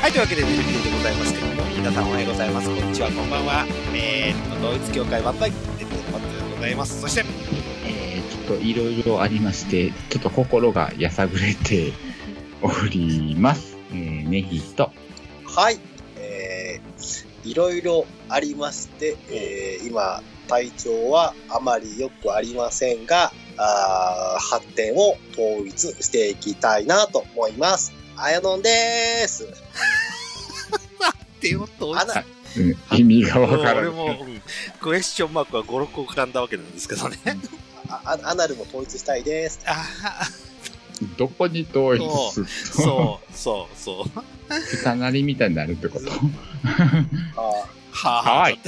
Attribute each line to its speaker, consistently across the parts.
Speaker 1: はい、というわけで、ね、デルビデでございますけども、皆さんおはようございます。こんにちは、こんばんは。えー、っと、ドイツ協会万歳、デルビデのパッツでございます。そして、
Speaker 2: えー、ちょっといろいろありまして、ちょっと心がやさぐれております。えー、ネギと、
Speaker 3: はい、えー、いろいろありまして、えー今、体調はあまり良くありませんが、あー発展を統一していきたいなと思います。あやのんです。
Speaker 1: 手を通
Speaker 3: あな、
Speaker 2: うん、意味がわから
Speaker 1: 俺
Speaker 2: ない。
Speaker 1: も、うんクエスチョンマークは5、6個浮かんだわけなんですけどね。
Speaker 3: ああアナルも統一したいです。
Speaker 1: ああ、
Speaker 2: どこに遠いす
Speaker 1: そう、そう、そう。
Speaker 2: つかなりみたいになるってこと
Speaker 3: あ
Speaker 1: は
Speaker 2: は
Speaker 1: あ
Speaker 2: い。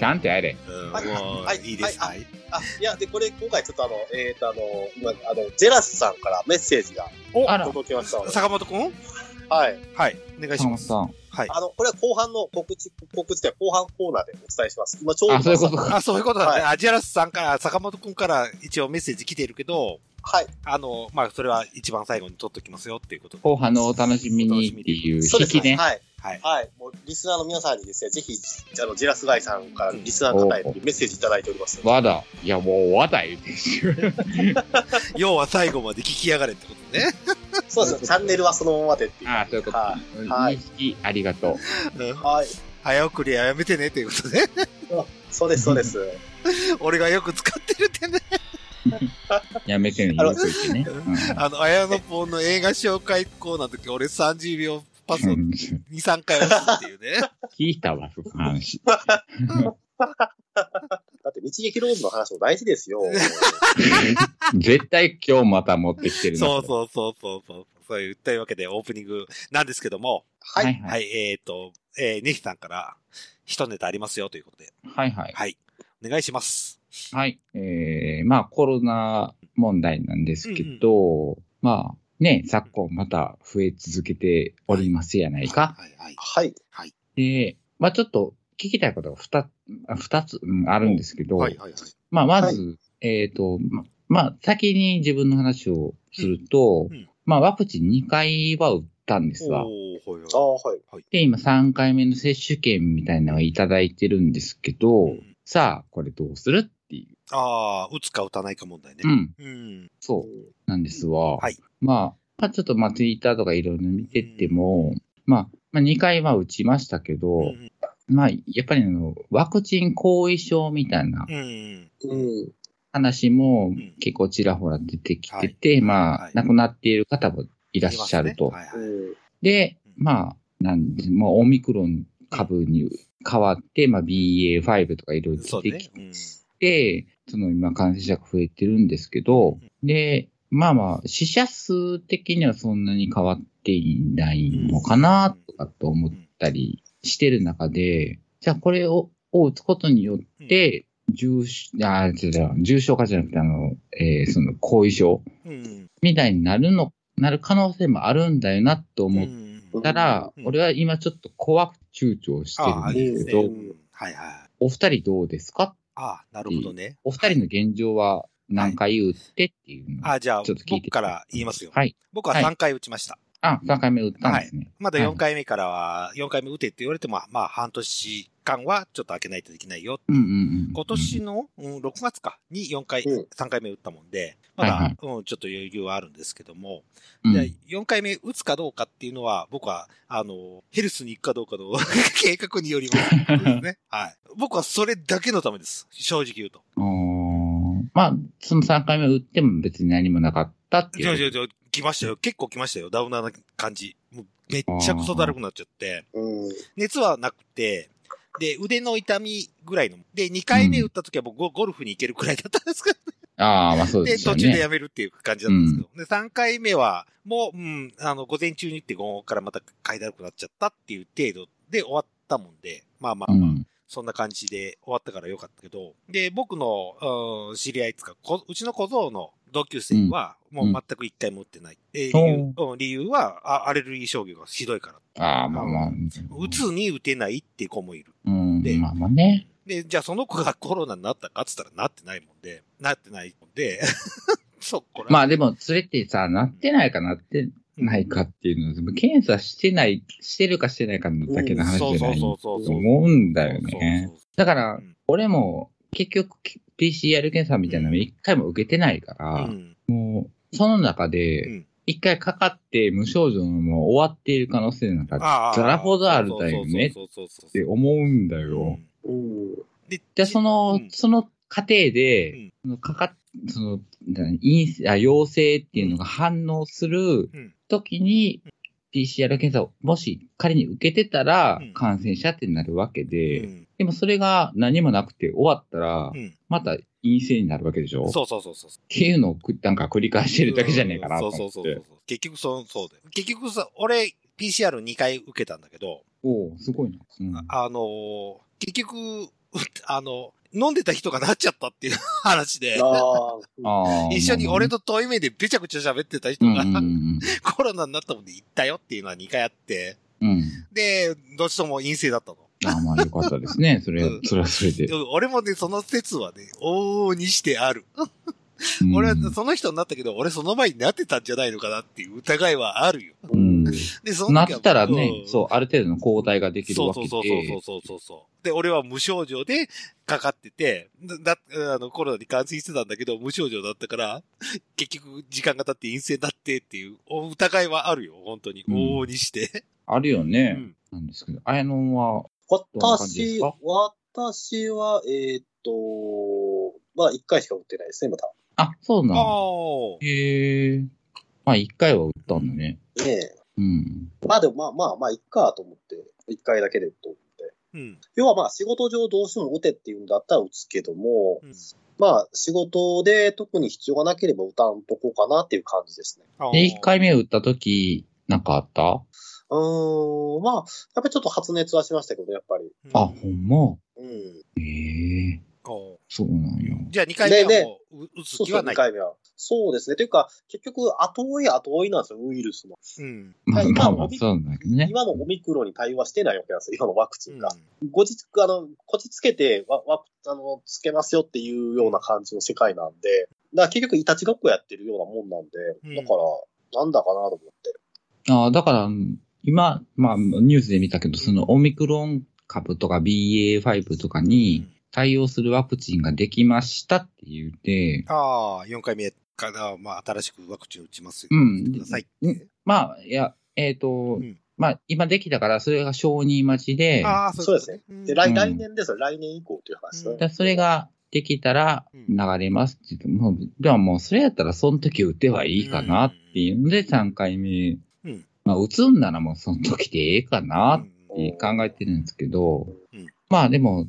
Speaker 2: ちゃんとやれ。
Speaker 1: うんも、
Speaker 3: はいう
Speaker 1: いいです。はい。
Speaker 3: ーあいや、で、これ、今回ちょっとあの、えっ、と、あの、今、あの、ジェラスさんからメッセージが
Speaker 1: お
Speaker 2: あら
Speaker 3: 届きましたので、
Speaker 1: 坂本くん
Speaker 3: はい。
Speaker 1: はい、お願いします。
Speaker 2: さん。
Speaker 1: はい。
Speaker 3: あの、これは後半の告知、告知では後半コーナーでお伝えします。今、ちょうど、
Speaker 2: あ、そういうことか。
Speaker 1: あ、そういうことだね。
Speaker 3: は
Speaker 1: アジアラスさんから、坂本くんから一応メッセージ来てるけど、
Speaker 3: はい。
Speaker 1: あの、まあ、それは一番最後に取っときますよっていうことで。
Speaker 2: 後半のお楽しみにっていう
Speaker 3: そう
Speaker 2: 引
Speaker 3: で
Speaker 2: き
Speaker 3: す
Speaker 2: ね。
Speaker 3: はい。
Speaker 1: はい。
Speaker 3: はい。もう、リスナーの皆さんにですね、ぜひ、あの、ジェラスガイさんからリスナーの方へメッセージいただいております。
Speaker 2: わだ。いや、もうわだ言うてしゅ。
Speaker 1: 要は最後まで聞きやがれってことね。
Speaker 3: そうですね、チャンネルはそのままでっていう。
Speaker 2: あ、そういうこと。
Speaker 3: はいはい
Speaker 2: 認識ありがとう。
Speaker 1: うん
Speaker 3: はい。
Speaker 1: 早送りはやめてねっていうことね。
Speaker 3: そうです、そうです。
Speaker 1: 俺がよく使ってるってね。
Speaker 2: やめてね、
Speaker 3: あの
Speaker 2: よく言って ね。
Speaker 1: あの、綾野ポンの映画紹介コーナーの時、俺30秒パス
Speaker 2: う
Speaker 1: を
Speaker 2: んう
Speaker 1: 2、
Speaker 2: ん
Speaker 1: 3回押すっていう ね。
Speaker 2: 聞いたわ、その話。
Speaker 3: だって、日劇ローズの話も大事ですよ。
Speaker 2: 絶対今日また持ってきてるな
Speaker 1: そうそうそうそうそう。そういう、というわけでオープニングなんですけども、
Speaker 3: はい。
Speaker 2: はいは。
Speaker 1: はいい、えっ、ー、と、えー、ネヒさんから一ネタありますよということで。
Speaker 2: はいはい。
Speaker 1: はい。お願いします。
Speaker 2: はい。えー、まあコロナ問題なんですけど、まあね、昨今また増え続けておりますやないか。
Speaker 1: はい、はい。
Speaker 3: はい。
Speaker 2: で、まあちょっと聞きたいことが二つ、あ二つ、うんあるんですけど、
Speaker 1: はい、はい、はい。
Speaker 2: まあまず、えっ、と、ままあ先に自分の話をすると、
Speaker 1: うんうん
Speaker 2: まあワクチン2回は打ったんですわ。
Speaker 1: おー、はい、
Speaker 3: あ
Speaker 1: は
Speaker 3: あ、はい。
Speaker 2: で、今3回目の接種券みたいなのをいただいてるんですけど、
Speaker 1: い。うん
Speaker 2: さあ、これどうするっていう。
Speaker 1: ああ、打つか打たないか問題ね
Speaker 2: う。ん、
Speaker 1: うん。
Speaker 2: そう、なんですわ。
Speaker 1: はい
Speaker 2: まあ、まあ、ちょっとまあ、ツイッターとかいろいろ見てても、まあ、まあ、2回は打ちましたけど、
Speaker 1: うん。
Speaker 2: まあ、やっぱりあの、ワクチン後遺症みたいな
Speaker 1: うん。
Speaker 3: うん。
Speaker 2: 話も
Speaker 1: ん
Speaker 2: 結構ちらほら出てきてて、
Speaker 1: はい
Speaker 2: まあ、
Speaker 1: はい
Speaker 2: 亡くなっている方もいらっしゃると。
Speaker 1: いますねはいはい
Speaker 3: うん。
Speaker 2: で、
Speaker 1: うん
Speaker 2: まあ、なんで、まあ、オミクロン株に変わって、まあ、BA.5 とかいろいろ
Speaker 1: そ
Speaker 2: 出
Speaker 1: う
Speaker 2: て
Speaker 1: ね
Speaker 2: き。
Speaker 1: うん
Speaker 2: て、その今感染者が増えてるんですけど、で、まあまあ、死者数的にはそんなに変わっていないのかな、とかと思ったりしてる中で、じゃあこれを、を打つことによって、重症、あ、違う違う重症化じゃなくて、あの、えーその、後遺症
Speaker 1: うん。
Speaker 2: みたいになるの、なる可能性もあるんだよな、と思っ
Speaker 1: うん
Speaker 2: だから、
Speaker 1: うん
Speaker 2: 俺は今ちょっと怖く躊躇して
Speaker 1: ああ、
Speaker 2: る
Speaker 1: いい
Speaker 2: ん
Speaker 1: で
Speaker 2: ですす
Speaker 1: ね。
Speaker 2: け
Speaker 1: う
Speaker 2: ど、
Speaker 1: んはいはい。
Speaker 2: お二人どうですか
Speaker 1: ああ、なるほどね。
Speaker 2: お二人の現状は何回打ってっていうのを
Speaker 1: ああ、じゃあ
Speaker 2: ちょっと、聞いて
Speaker 1: 僕から言いますよ。
Speaker 2: はい。
Speaker 1: 僕は
Speaker 2: はい
Speaker 1: 3回打ちました。
Speaker 2: あ、3回目打ったんですね。
Speaker 1: まだ
Speaker 2: はい
Speaker 1: 4回目からは、4回目打てって言われても、まあ、半年間はちょっと開けないといけないよ。
Speaker 2: うんうんうん。
Speaker 1: 今年の、うん、6月かに4回、
Speaker 3: うん
Speaker 1: 3回目打ったもんで、まだ、
Speaker 2: はいはい
Speaker 1: うん、ちょっと余裕はあるんですけども、
Speaker 2: うん、
Speaker 1: じゃあ4回目打つかどうかっていうのは、僕は、あの、ヘルスに行くかどうかの 計画により ますですね。はい。僕はそれだけのためです。正直言うと。
Speaker 2: おーまあ、その3回目打っても別に何もなかったって
Speaker 1: じゃあじゃ
Speaker 2: い
Speaker 1: あ
Speaker 2: う。
Speaker 1: じゃあ来ましたよ。結構来ましたよ。ダウナーな感じ。もうめっちゃくそだるくなっちゃって。
Speaker 3: うん。
Speaker 1: 熱はなくて、で、腕の痛みぐらいの。で、2回目打った時は僕ゴゴルフに行けるくらいだったんですけど
Speaker 2: ああ、まあそう
Speaker 1: で、
Speaker 2: ですよ
Speaker 1: 途中で
Speaker 2: ね。
Speaker 1: やめるっていう感じだったんですけど、で、3回目は、もう、うん、あの、午前中に行って午後からまた買いだるくなっちゃったっていう程度で終わったもんで、まあまあ
Speaker 2: う
Speaker 1: まあ、
Speaker 2: ん。
Speaker 1: そんな感じで終わったからよかったけど、で、僕の、うん知り合いつか、こうちの小僧の同級生は、もう全く1回も打ってない。えー理由うん理由はあ、アレルギー症状がひどいから。
Speaker 2: ああ、まあまあ。
Speaker 1: 打つに打てないっていう子もいる。
Speaker 2: うん
Speaker 1: で。
Speaker 2: まあまあね。
Speaker 1: で、じゃあその子がコロナになったかっつったらなってないもんで、なってないもんで、 そこら。
Speaker 2: まあでも、それってさ、なってないかなってないかっていうのは、検査してない、してるかしてないかのだけの話じゃないと思うんだよね。だから、俺も結局 PCR 検査みたいなの一回も受けてないか
Speaker 1: う
Speaker 2: ら、
Speaker 1: ん。
Speaker 2: もう、その中
Speaker 1: う
Speaker 2: で
Speaker 1: ん、
Speaker 2: 一回かかって無症状のまま終わっている可能性なんか
Speaker 1: ああ
Speaker 2: ザラフォザールだよね
Speaker 1: そうそうそうそ
Speaker 2: っ
Speaker 1: う
Speaker 2: て思うんだ
Speaker 1: そう
Speaker 2: よ。
Speaker 3: うん。
Speaker 1: で、
Speaker 2: で、その、
Speaker 1: うん
Speaker 2: その過程で、
Speaker 1: うん
Speaker 2: そのかかっ、その、何陰性あ陽性っていうのが反応する
Speaker 1: うん
Speaker 2: 時に、PCR 検査をもし仮に受けてたら
Speaker 1: うん、
Speaker 2: 感染者ってなるわけで、
Speaker 1: うん
Speaker 2: でもそれが何もなくて終わったら
Speaker 1: う、ん
Speaker 2: また陰性になるわけでしょっ
Speaker 1: そうそうそうそう。
Speaker 2: ていうのをくなんか繰り返してるだけじゃねえかなと
Speaker 1: そ
Speaker 2: 思っ
Speaker 1: う
Speaker 2: て。
Speaker 1: そうそうそう。結局そう、そうで。結局さ、俺、PCR2 回受けたんだけど、
Speaker 2: おうすごいな。うん
Speaker 1: あのー、結局、 うあの、飲んでた人がなっちゃったっていう話で、
Speaker 3: ああ。
Speaker 2: あー
Speaker 1: 一緒に
Speaker 2: まあまあ
Speaker 1: 俺と遠い目でべちゃくちゃ喋ってた人
Speaker 2: うん
Speaker 1: が、
Speaker 2: うんうん
Speaker 1: コロナになったもんで行ったよっていうのは2回あって、
Speaker 2: うん。うん。
Speaker 1: で、どっちとも陰性だったの。
Speaker 2: あーまあよかったで すね。それ
Speaker 1: うん、
Speaker 2: それはそれで
Speaker 1: で。も俺もね、その説はね、往々にしてある。
Speaker 2: うん
Speaker 1: 俺はその人になったけど、俺その前になってたんじゃないのかなっていう疑いはあるよ。
Speaker 2: うん
Speaker 1: で、その時
Speaker 2: な
Speaker 1: は
Speaker 2: ったらね、
Speaker 1: ん
Speaker 2: そう、ある程度の抗体ができる
Speaker 1: そ
Speaker 2: わ
Speaker 1: う
Speaker 2: け
Speaker 1: そ
Speaker 2: で。
Speaker 1: うそうそうそうそうそう。で、俺は無症状でかかってて、だ、だあの、コロナに感染してたんだけど、無症状だったから、結局、時間が経って陰性になってっていう、お疑いはあるよ、本当に。
Speaker 2: うん
Speaker 1: 往々にして。
Speaker 2: あるよ
Speaker 1: う
Speaker 2: ね。
Speaker 1: ん。
Speaker 2: なんですけど、あやのんは、どんな感じです
Speaker 3: 私
Speaker 2: か、
Speaker 3: 私は、えーっと、まあ、一回しか打ってないですね、まだ。
Speaker 2: あ、そうな
Speaker 1: ああ
Speaker 2: の。へえ。まあ、一回は打ったんだね。
Speaker 3: ねえ。
Speaker 2: うん。
Speaker 3: まあでも、まあまあまあ、いっかと思って、一回だけでと思って。
Speaker 1: うん。
Speaker 3: 要はまあ、仕事上どうしても打てっていうんだったら打つけども、
Speaker 1: うん
Speaker 3: まあ、仕事で特に必要がなければ打たんとこうかなっていう感じですね。
Speaker 1: あー
Speaker 2: で、一。回目打った時、なんかあった
Speaker 3: うーん、まあ、やっぱりちょっと発熱はしましたけど、やっぱり。
Speaker 1: うん
Speaker 2: あ、ほんま。
Speaker 3: うん。
Speaker 2: へえ。
Speaker 1: あー
Speaker 2: そうなんよ。
Speaker 1: じゃあ、二回目
Speaker 3: で
Speaker 1: は
Speaker 3: で
Speaker 1: もう、う打つ
Speaker 3: そう
Speaker 1: 気
Speaker 3: そう、
Speaker 1: はな
Speaker 3: 2
Speaker 1: い。
Speaker 3: 回目は。そうですね。というか、結局、後追い後追いなんですよ、ウイルスの。
Speaker 1: うん。
Speaker 2: まあ
Speaker 3: はい
Speaker 2: まあま
Speaker 3: ま
Speaker 2: あ
Speaker 3: あ、
Speaker 2: そうなんだけどね。
Speaker 3: 今のオミクロンに対応してないわけなんですよ、今のワクチンが。
Speaker 1: う
Speaker 3: こじつあの、こじつけて、わ、わ、あの、つけますよっていうような感じの世界なんで、だから結局、いたちごっこやってるようなもんなん
Speaker 1: うん
Speaker 3: で、だから、なんだかなと思って。
Speaker 2: ああ、だから、今、まあ、ニュースで見たけど、そのオミクロン株とか BA.5 とかに、
Speaker 1: ん
Speaker 2: 対応するワクチンができましたって言って、
Speaker 1: ああ、四回目から、まあ、新しくワクチン打ちますよ。
Speaker 2: う
Speaker 1: 打
Speaker 2: ん
Speaker 1: ってくださいって。
Speaker 2: うんまあ、いや、えっ、と、
Speaker 1: うん
Speaker 2: まあ、今できたから、それが承認待ちで、
Speaker 1: ああ、
Speaker 3: そうですね。で、来,、
Speaker 2: うん
Speaker 3: 来年ですよ、来年以降っていう話
Speaker 1: うん
Speaker 3: ね。
Speaker 2: だそれができたら
Speaker 1: うん
Speaker 2: 流れますって言って、もう、ではもう、それやったら、その時打てばいいかなっていうので、3回目、
Speaker 1: うん
Speaker 2: まあ、打つんならもう、その時でええかなっ
Speaker 1: うん
Speaker 2: って考えてるんですけど、
Speaker 1: うん
Speaker 2: まあでも、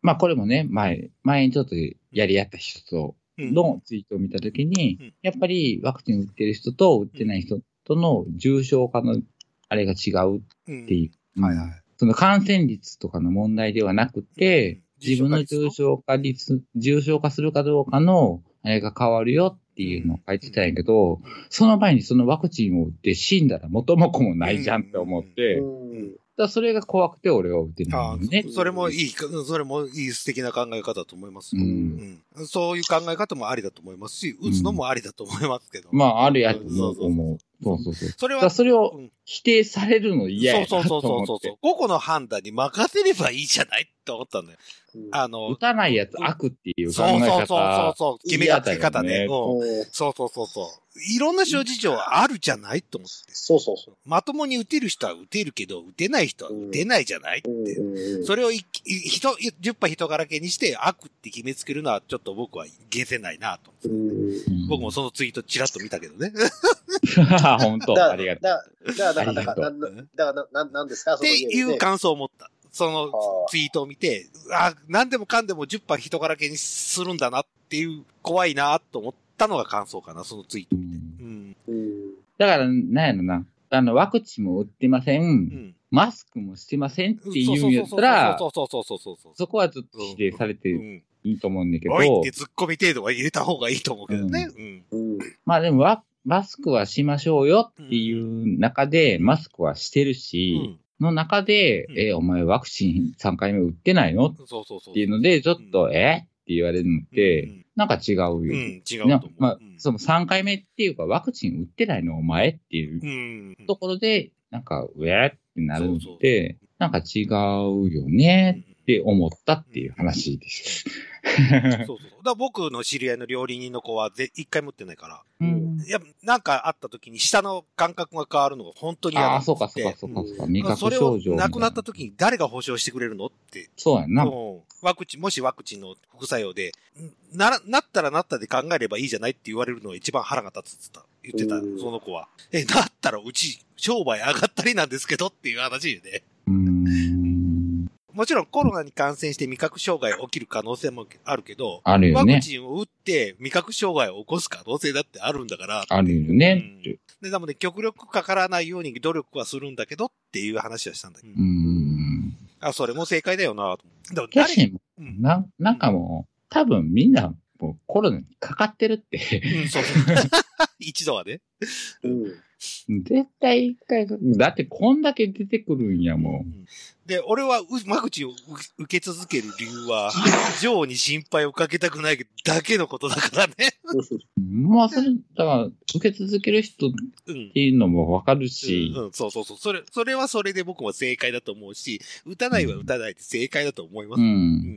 Speaker 2: まあこれもね、前、前にちょっとやり合った人と
Speaker 1: うん
Speaker 2: のツイートを見たときに、
Speaker 1: うん
Speaker 2: やっぱりワクチン打ってる人と打ってない人との重症化のあれが違うっていう。
Speaker 1: うんはいはい。
Speaker 2: その感染率とかの問題ではなくて、
Speaker 1: うん
Speaker 2: 自分の重症化率、重症化するかどうかのあれが変わるよっていうのを書いてたんやけど、その前にそのワクチンを打って死んだら元も子もないじゃんって思って、
Speaker 3: うん。
Speaker 2: だからそれが怖くて俺は打てない
Speaker 1: あ
Speaker 2: よ
Speaker 1: あ
Speaker 2: ね
Speaker 1: そ。それもいいか、それもいい素敵な考え方だと思いますよ、
Speaker 2: うん
Speaker 1: うんそういう考え方もありだと思いますし、打つのもありだと思いますけど。
Speaker 2: まあ、あるやつ
Speaker 1: そ
Speaker 2: も
Speaker 1: うそう
Speaker 2: 思う。そうそうそう。
Speaker 1: それ
Speaker 2: だから
Speaker 1: は、
Speaker 2: それを
Speaker 1: ん
Speaker 2: 否定されるの嫌やなと
Speaker 1: そうそうそう
Speaker 2: 思
Speaker 1: そう
Speaker 2: っ
Speaker 1: そう
Speaker 2: て。。
Speaker 1: 個々の判断に任せればいいじゃないって思ったんだよ。
Speaker 3: うん
Speaker 1: あの
Speaker 2: 打、たないやつ悪っていう考
Speaker 1: そう
Speaker 2: え
Speaker 1: そうそう
Speaker 2: 方。
Speaker 1: そう、決めがつけ方
Speaker 2: 嫌だ
Speaker 1: ね。
Speaker 2: よね
Speaker 1: うん
Speaker 3: うん
Speaker 1: そうそうそうそう。いろんな諸事情あるじゃないと思って。
Speaker 3: そうそうそ
Speaker 1: まともに打てる人は打てるけど、打てない人は打てないじゃないって。
Speaker 3: う。うんうん
Speaker 1: それをいい人、10杯人からけにして悪って決めつけるのはちょっと僕は消せないなと。
Speaker 3: うん
Speaker 2: うん
Speaker 1: 僕も。そのツイートちらっと見たけどね。
Speaker 2: 本
Speaker 3: だから
Speaker 2: 当、ありがと
Speaker 3: だだから、だ
Speaker 2: ありが
Speaker 3: か
Speaker 2: とう
Speaker 3: ら、なんだから、なななんですか
Speaker 1: っ
Speaker 3: その
Speaker 1: て
Speaker 3: 家
Speaker 1: い
Speaker 3: でね
Speaker 1: う感想を持った。その
Speaker 3: はあ
Speaker 1: ツイートを見て、あ、何でもかんでも10杯人からけにするんだなっていう、怖いなと思ったのが感想かな、そのツイー
Speaker 2: う。
Speaker 1: ト
Speaker 2: う
Speaker 1: 見て。
Speaker 2: ん
Speaker 1: うん。
Speaker 3: うん
Speaker 2: だから、なんやろな。あの、ワクチンも打ってませ。
Speaker 1: うんん。
Speaker 2: マスクもしてませんって
Speaker 1: そう
Speaker 2: いうんやったら
Speaker 1: そ、うそうそうそうそうそうそう。
Speaker 2: そこはちょっと否定され
Speaker 1: う
Speaker 2: て
Speaker 1: ん。
Speaker 2: いいと思うんだけど
Speaker 1: お、いって突っ込み程度は入れた方がいいと思うけどね。うん。
Speaker 3: うん
Speaker 2: まあでもワ、マスクはしましょうよっていう中で、マスクはしてる
Speaker 1: う
Speaker 2: し、
Speaker 1: ん。
Speaker 2: の中で、
Speaker 1: うん
Speaker 2: え、お前ワクチン3回目打ってないのっ
Speaker 1: そうそうそう。
Speaker 2: ていうので、ちょっと、えっって言われるのって、
Speaker 1: うん
Speaker 2: なんか違うよ。
Speaker 1: うん、違う
Speaker 2: な
Speaker 1: と思う。
Speaker 2: まあ
Speaker 1: うん、
Speaker 2: その3回目っていうか、ワクチン打ってないのお前っていう
Speaker 1: うん。
Speaker 2: ところで、なんか、うえーってなるの
Speaker 1: そう
Speaker 2: っ
Speaker 1: そ
Speaker 2: て、なんか違うよね
Speaker 1: うん
Speaker 2: って思ったっていう話です。
Speaker 1: そうそう。だから僕の知り合いの料理人の子はぜ一回も打ってないから、
Speaker 2: うん
Speaker 1: いや、なんかあった時に舌の感覚が変わるのが本当に嫌
Speaker 2: あ
Speaker 1: な
Speaker 2: あ、
Speaker 1: ん
Speaker 2: そうか、そうか、そうか、そうか、味覚
Speaker 1: それ
Speaker 2: 症
Speaker 1: を
Speaker 2: 状。
Speaker 1: 亡くなった時に誰が保証してくれるのって。
Speaker 2: そうやんな。
Speaker 1: うんワクチン、もしワクチンの副作用で、んなら、なったらなったで考えればいいじゃないって言われるのが一番腹が立つって言ってた、言って
Speaker 3: うん
Speaker 1: た、その子は。え、なったらうち商売上がったりなんですけどっていう話でね。
Speaker 2: うーん。
Speaker 1: もちろんコロナに感染して味覚障害起きる可能性もあるけど、
Speaker 2: あるよ
Speaker 1: ワ
Speaker 2: ね
Speaker 1: ク。チンを打って味覚障害を起こす可能性だってあるんだから、
Speaker 2: あるよ
Speaker 1: う
Speaker 2: ね
Speaker 1: ん。で、なので極力かからないように努力はするんだけどっていう話はしたんだけど、
Speaker 2: うーん。
Speaker 1: あ、それも正解だよなと思って。でも
Speaker 2: 確か
Speaker 1: 誰、
Speaker 2: に、
Speaker 1: うん、
Speaker 2: な、なんかもう、多分みんな、もうコロナにかかってるって。
Speaker 1: うん、そう。 一度はね。
Speaker 3: うん。
Speaker 2: 絶対一回、だってこんだけ出てくるんやもん。
Speaker 1: で、俺はう間口を受け続ける理由は、女王に心配をかけたくないだけのことだからね。
Speaker 2: まあそれ、だから、受け続ける人っ
Speaker 1: うん。
Speaker 2: ていうのもわかるし、
Speaker 1: うん、そうそうそう。それ、それはそれで僕も正解だと思うし、打たないは打たないで正解だと思いま
Speaker 2: う。
Speaker 1: す。うん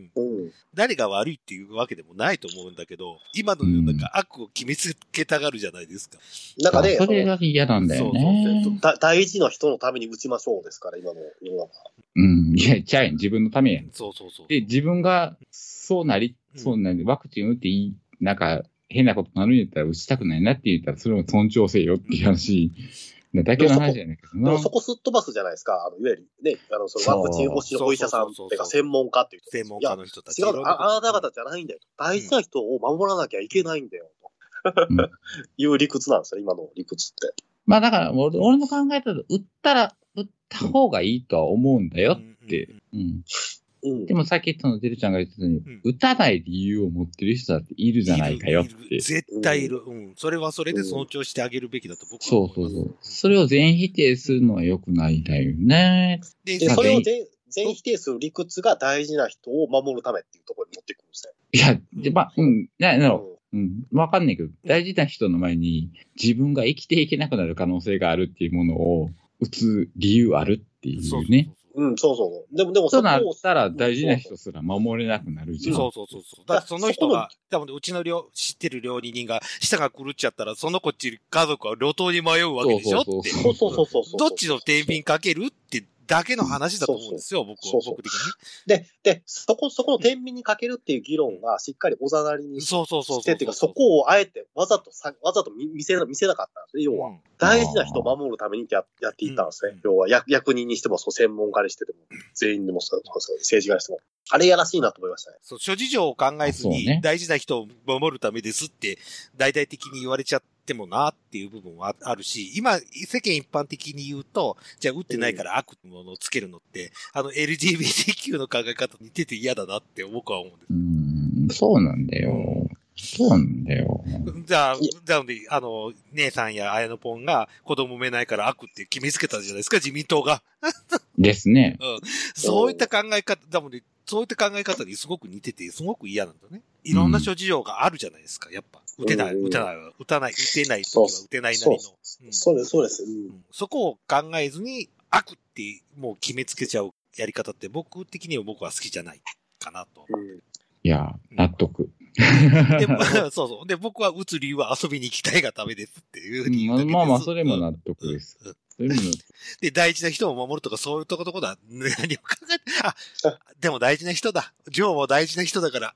Speaker 1: ん。
Speaker 3: うん。
Speaker 1: 誰が悪いっていうわけでもないと思うんだけど、今の世の中悪を決めつけたがるじゃないですか。
Speaker 3: なんかね、
Speaker 2: それが嫌なんだよね。
Speaker 3: そのだ大事な人のために打ちましょうですから、今の世の中。
Speaker 2: うん。いや、ちゃうやん、自分のためやん。
Speaker 1: そうそうそう。
Speaker 2: で、自分が、そうなり、
Speaker 1: うん
Speaker 2: そうなり、ワクチン打っていい、なんか、変なことなるんやったら打ちたくないなって言ったら、それも尊重せよっていう話、だけの話じゃないけど
Speaker 3: で
Speaker 2: な
Speaker 3: も。そこすっ飛ばすじゃないですか。あのいわゆるね、あのそのワクチン推しのお医者さんっていうか
Speaker 1: そうそうそうそう
Speaker 3: 専門家っていう人
Speaker 1: 専門家の人たち。
Speaker 3: 違うのあ、あなた
Speaker 1: た
Speaker 3: 方じゃないんだよ。大事な人を守らなきゃいけないんだよ。と
Speaker 2: うん
Speaker 3: いう理屈なんですよ、今の理屈って。
Speaker 2: まあだから俺、俺の考えたら、打ったら、打った方がいいとは思うんだよ。てうん。
Speaker 3: うん
Speaker 2: で。もさっきそのデルちゃんが言ってたように、
Speaker 1: ん
Speaker 2: 打たない理由を持ってる人だっているじゃないかよっ
Speaker 1: る
Speaker 2: て
Speaker 1: る。絶対いる。うん。それはそれで尊重してあげるべきだと僕は
Speaker 2: そ
Speaker 1: 思いま
Speaker 2: う
Speaker 1: す。
Speaker 2: そうそう。それを全否定するのは良くないんだよね。
Speaker 1: で、
Speaker 3: で、
Speaker 2: まあ
Speaker 3: そ
Speaker 1: そ
Speaker 3: れ
Speaker 1: れ
Speaker 3: を
Speaker 2: 全
Speaker 3: 全全否定する理屈が大事な人を守るためっていうところに持ってくるんです
Speaker 2: いや、で、まあ、うん、な、な
Speaker 3: よ。
Speaker 2: の、うん、わかんないけど、大事な人の前に自分が生きていけなくなる可能性があるっていうものを打つ理由あるっていうね。
Speaker 3: うん、うんそうそうそう。でも、でも
Speaker 2: そう
Speaker 3: こ
Speaker 2: なっ
Speaker 3: を
Speaker 2: たら大事な人すら守れなくなるじゃん。
Speaker 1: そうそうそうそう。だからその人が、多分うちの料知ってる料理人が舌が狂っちゃったら、その子っち家族は路頭に迷うわけでしょって
Speaker 2: そうそうそう。
Speaker 3: そうそうそうそうそう。
Speaker 1: どっちの天秤かけるってだけの話だと思うんですよ、僕
Speaker 3: そ
Speaker 1: は
Speaker 3: う、そう
Speaker 1: 僕的に。
Speaker 3: で、で、そこ、そこの天秤にかけるっていう議論がしっかりおざなりにし
Speaker 1: そうそうそう。
Speaker 3: てっていうか、そこをあえてわざとさ、わざと見見せな見せなかったんですね、要は。
Speaker 1: うん
Speaker 3: 大事な人を守るためにややっていったんですね。
Speaker 1: うん
Speaker 3: 要は役役人にしても、そう専門家にしてても、全員でもそう、そうそう政治家にしても。あれやらしいなと思いましたね。
Speaker 1: そう、諸事情を考えず
Speaker 2: そうね
Speaker 1: に、大事な人を守るためですって、大々的に言われちゃってもなっていう部分はあるし、今、世間一般的に言うと、じゃあ打ってないから悪ってものをつけるのって、あの LGBTQ の考え方に似てて嫌だなって僕は思うんです。
Speaker 2: うん、そうなんだよ。そうなんだよ。
Speaker 1: じゃあ
Speaker 3: い、
Speaker 1: なので、あの、姉さんや綾野ポンが子供産めないから悪って決めつけたじゃないですか、自民党が。
Speaker 2: ですね。
Speaker 1: そういった考え方、だもんね、そういった考え方にすごく似てて、すごく嫌なんだね。いろんな諸事情があるじゃないですか、やっぱ。打てない、
Speaker 3: うん
Speaker 1: 打てない、打たない、打てない時
Speaker 3: そう
Speaker 1: は
Speaker 3: っす
Speaker 1: 打てないなりの。うん
Speaker 3: そうです、そうです。うん
Speaker 1: うんそこを考えずに、悪ってもう決めつけちゃうやり方って僕的には僕は好きじゃないかなと。
Speaker 2: いや、納得。
Speaker 1: でも、そうそう。で、僕は打つ理由は遊びに行きたいがためですっていうふうに言うだけです
Speaker 2: まあまあ、それも
Speaker 1: うん
Speaker 2: 納得です。
Speaker 1: うん
Speaker 2: それも納得
Speaker 1: で、大事な人を守るとか、そういうとことことは、 何を考えて、 あ、でも大事な人だ。ジョーも大事な人だから。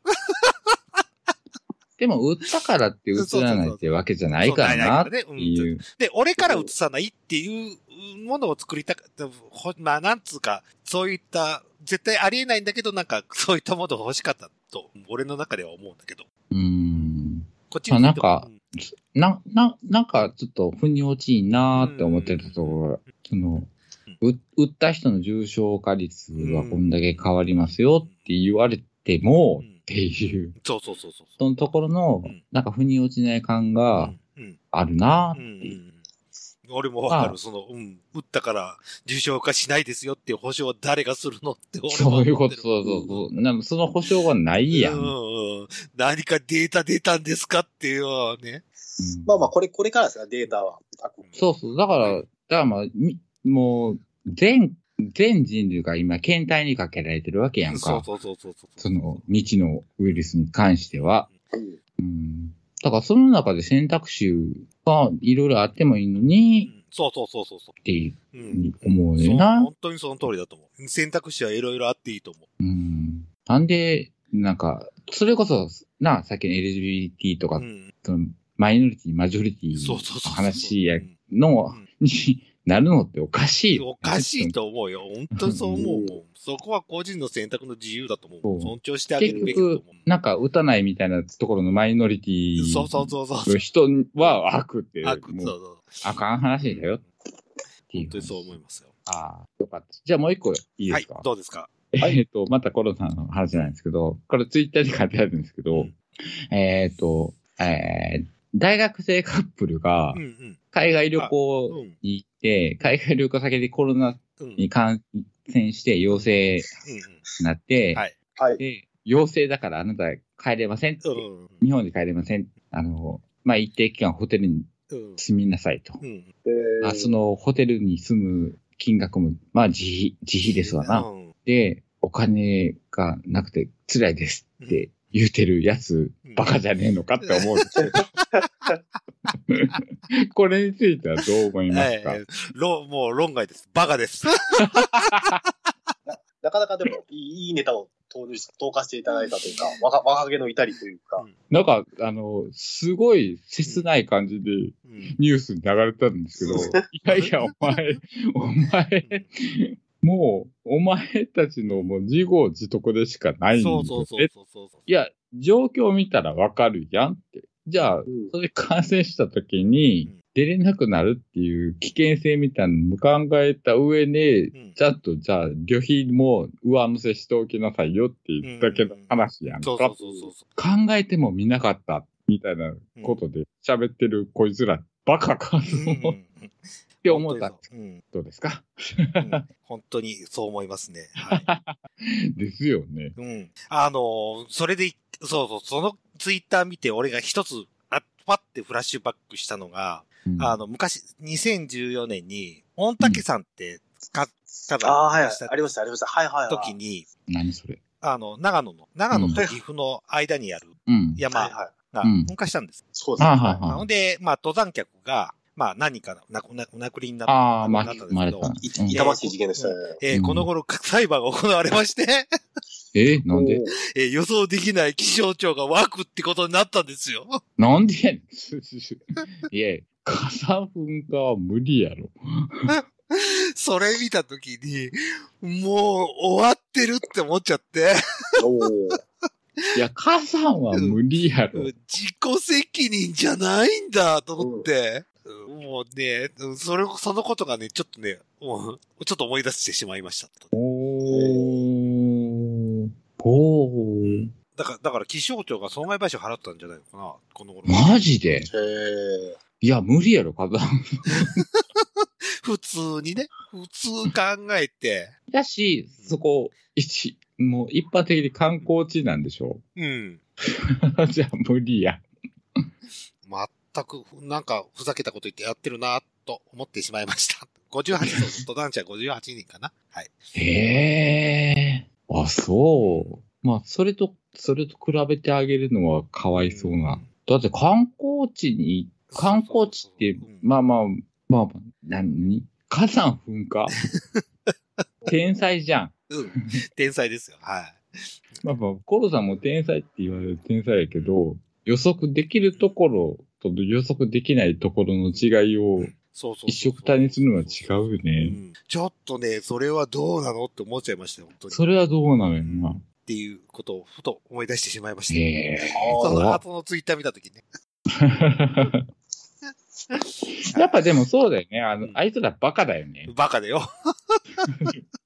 Speaker 2: でも、売ったからって 映らないってわけじゃないからなって
Speaker 1: そうそうそうそうないから
Speaker 2: い
Speaker 1: ね
Speaker 2: う。
Speaker 1: で、俺から移さないっていうものを作りたかった、ほまあ、なんつうか、そういった、絶対ありえないんだけど、なんか、そういったものが欲しかったと、俺の中では思うんだけど。
Speaker 2: うん。
Speaker 1: こっちについても
Speaker 2: あなんか
Speaker 1: うん
Speaker 2: な、な、なんか、ちょっと、腑に落ちいなーって思ってたところが、その、う売った人の重症化率はこんだけ変わりますよって言われても、
Speaker 1: うん
Speaker 2: っていう、
Speaker 1: そうそうそうそう。
Speaker 2: そのところの
Speaker 1: うん、
Speaker 2: なんか、腑に落ちない感が
Speaker 1: うん、うん
Speaker 2: あるなー
Speaker 1: うんうん俺もわかる。その、うん。打ったから重症化しないですよっていう保証は誰がするのって俺は
Speaker 2: そう
Speaker 1: 思って
Speaker 2: い
Speaker 1: る
Speaker 2: うこと、そうそうそう。なんかその保証はないやん。
Speaker 1: う
Speaker 2: うん
Speaker 1: んうん何かデータ出たんですかっていうのはね。
Speaker 3: まあまあ、これ、これからですね、データは。あ
Speaker 2: そうそう。だから、だからまあ、みもう、全、全人類が今、検体にかけられてるわけやんか。
Speaker 1: そうそうそうそうそう。
Speaker 2: その、未知のウイルスに関しては。
Speaker 3: うん
Speaker 2: うん。だから、その中で選択肢がいろいろあってもいいのに、
Speaker 1: うんそうそうそうそうそ
Speaker 2: って
Speaker 1: う。うん。
Speaker 2: 思うね
Speaker 1: そ
Speaker 2: ん
Speaker 1: う
Speaker 2: な。
Speaker 1: 本当にその通りだと思う。選択肢はいろいろあっていいと思
Speaker 2: うん。なんで、なんか、それこそ、な、さっきの LGBT と
Speaker 1: う。
Speaker 2: か、
Speaker 1: うん。
Speaker 2: そのマイノリティ、マジョリティ
Speaker 1: そうそうそうそ
Speaker 2: の
Speaker 1: う。
Speaker 2: 話や
Speaker 1: うん
Speaker 2: の
Speaker 1: うん、
Speaker 2: になるのっておかしい。
Speaker 1: おかしいと思うよ。本当にそう思うもん。そこは個人の選択の自由だと思う。
Speaker 2: そう
Speaker 1: 尊重してあげるべきだと思う。
Speaker 2: なんか、打たないみたいなところのマイノリティ
Speaker 1: そうそうそうそう。
Speaker 2: の人は悪って、
Speaker 1: あ、そう
Speaker 2: も
Speaker 1: そうう。
Speaker 2: あかん話だよっていう。
Speaker 1: 本当にそう思いますよ。
Speaker 2: ああ、よかった。じゃあもう一個いいで
Speaker 1: は
Speaker 2: す
Speaker 1: い
Speaker 2: か、、
Speaker 1: どうですか
Speaker 2: えっと、またコロナの話なんですけど、これツイッターで書いてあるんですけど、
Speaker 1: うん
Speaker 2: えっと、えー大学生カップルが
Speaker 1: うんうん。
Speaker 2: 海外旅
Speaker 1: う
Speaker 2: 行
Speaker 1: ん。
Speaker 2: に行って、海外旅行先でコロナ
Speaker 1: うん。うん
Speaker 2: に感染して陽性になって、
Speaker 1: はい
Speaker 3: はい。
Speaker 2: で、陽性だからあなた帰れませんって、
Speaker 1: うん。
Speaker 2: 日本で帰れません。あの、まあ、一定期間ホテルに
Speaker 1: うん。
Speaker 2: 住みなさいと。
Speaker 1: うん。
Speaker 3: えー
Speaker 2: あそのホテルに住む金額も、まあ自費、自費ですわな。
Speaker 1: うん。
Speaker 2: で、お金がなくて辛いですって言うてるやつ、
Speaker 1: うん
Speaker 2: バカじゃねえのかって思う。 これについてはどう思いますか、
Speaker 1: ええ、論、もう論外です。バカです。
Speaker 3: なかなかでもいい、いいネタを投入し投下していただいたというか、若若気の至りというか、
Speaker 2: なんか、あの、すごい切ない感じで
Speaker 1: うん。
Speaker 2: ニュースに流れたんですけど、
Speaker 1: そう
Speaker 2: いやいや、お前、お前、もう、お前たちのもう自業自得でしかないんだ
Speaker 1: そ
Speaker 2: よ
Speaker 1: うそうそ
Speaker 2: え
Speaker 1: うそうそう。
Speaker 2: いや、状況見たらわかるやんって。じゃあ、
Speaker 3: ん
Speaker 2: それ感染した時に
Speaker 1: うん、
Speaker 2: 出れなくなるっていう危険性みたいなのも考えた上
Speaker 1: う
Speaker 2: で、
Speaker 1: ん
Speaker 2: ちゃんと、じゃあ、旅費も上乗せしておきなさいよって言ったけの話やんか。
Speaker 1: そうそうそうそう。
Speaker 2: 考えても見なかったみたいなことで喋ってるこいつら、バカか
Speaker 1: うん
Speaker 2: と
Speaker 1: うんう
Speaker 2: 思っ
Speaker 1: ん
Speaker 2: て思ったら
Speaker 1: うん
Speaker 2: どうですか
Speaker 1: うん本当にそう思いますね。はい
Speaker 2: ですよね。
Speaker 1: うん。あのーそれでい、そうそう、そのツイッター見て、俺が一つ、あパッてフラッシュバックしたのが、
Speaker 2: うん
Speaker 1: あの、昔、2014年に、御嶽山って、か、火
Speaker 3: あ
Speaker 1: 山
Speaker 3: あ、はい
Speaker 1: を
Speaker 3: はい
Speaker 1: し。
Speaker 3: ありました、ありました。はいはい、はい。
Speaker 1: 時に、
Speaker 2: 何それ
Speaker 1: あの、長野の、長野
Speaker 2: うん
Speaker 1: と岐阜の間にある
Speaker 2: うん。
Speaker 3: はい
Speaker 1: 山
Speaker 3: はい。
Speaker 1: が
Speaker 2: うん
Speaker 1: 噴火したんです。
Speaker 3: そうですね。
Speaker 2: あはい
Speaker 1: なの
Speaker 2: はい。
Speaker 1: で、まあ、登山客が、まあ、何かな、おなお亡くりになった。
Speaker 2: ああ、
Speaker 1: な
Speaker 2: 巻
Speaker 1: ったんで
Speaker 2: き
Speaker 1: す
Speaker 2: 込ま
Speaker 1: け
Speaker 2: れ
Speaker 1: ど
Speaker 2: た。
Speaker 3: いう痛ましい事件でしたね。
Speaker 1: え
Speaker 2: う
Speaker 1: ー
Speaker 2: ん
Speaker 1: この頃、裁判が行われまして、
Speaker 2: えなんで
Speaker 3: おー
Speaker 1: えー予想できない気象庁が枠ってことになったんですよ。
Speaker 2: なんでやねん。 いや、火山噴火は無理やろ。
Speaker 1: それ見たときに、もう終わってるって思っちゃって、
Speaker 3: おー
Speaker 2: いや、火山は無理やろ。
Speaker 1: 自己責任じゃないんだと思って、もうね、それ、そのことがね、ちょっとね、もうちょっと思い出してしまいました。
Speaker 2: おー。おー。
Speaker 1: だから、だから気象庁が損害賠償払ったんじゃないのかな、この頃。
Speaker 2: マジで
Speaker 3: へえ。
Speaker 2: いや、無理やろ、火山。
Speaker 1: 普通にね、普通考えて、
Speaker 2: だし、そこ、一、もう一般的に観光地なんでしょ
Speaker 1: うん。
Speaker 2: じゃあ無理や。
Speaker 1: 全く、なんか、ふざけたこと言ってやってるな、と思ってしまいました。58人、 登壇者58人かな。はい。
Speaker 2: へえ。あ、そう。まあ、それと、それと比べてあげるのはかわいそうな。だって観光地に、観光地って
Speaker 1: そうそうそううん、
Speaker 2: まあまあ、まあまあ、何火山噴火 天才じゃん。
Speaker 1: うん。天才ですよ。はい。
Speaker 2: まあまあ、コロさんも天才って言われる天才やけど、予測できるところと予測できないところの違いを
Speaker 1: そうそうそうそう。
Speaker 2: 一色体にするのは違う
Speaker 1: う
Speaker 2: よね。
Speaker 1: ん。ちょっとね、それはどうなのって思っちゃいましたよ、本当に。
Speaker 2: それはどうなのよ
Speaker 1: う。
Speaker 2: なん
Speaker 1: っていうことをふと思い出してしまいました。
Speaker 2: へえ。
Speaker 1: その
Speaker 2: 怖っ
Speaker 1: 後のツイッター見たときね。
Speaker 2: やっぱでもそうだよね。あ
Speaker 1: う
Speaker 2: の
Speaker 1: ん、
Speaker 2: あいつらバカだよね。
Speaker 1: バカだよ。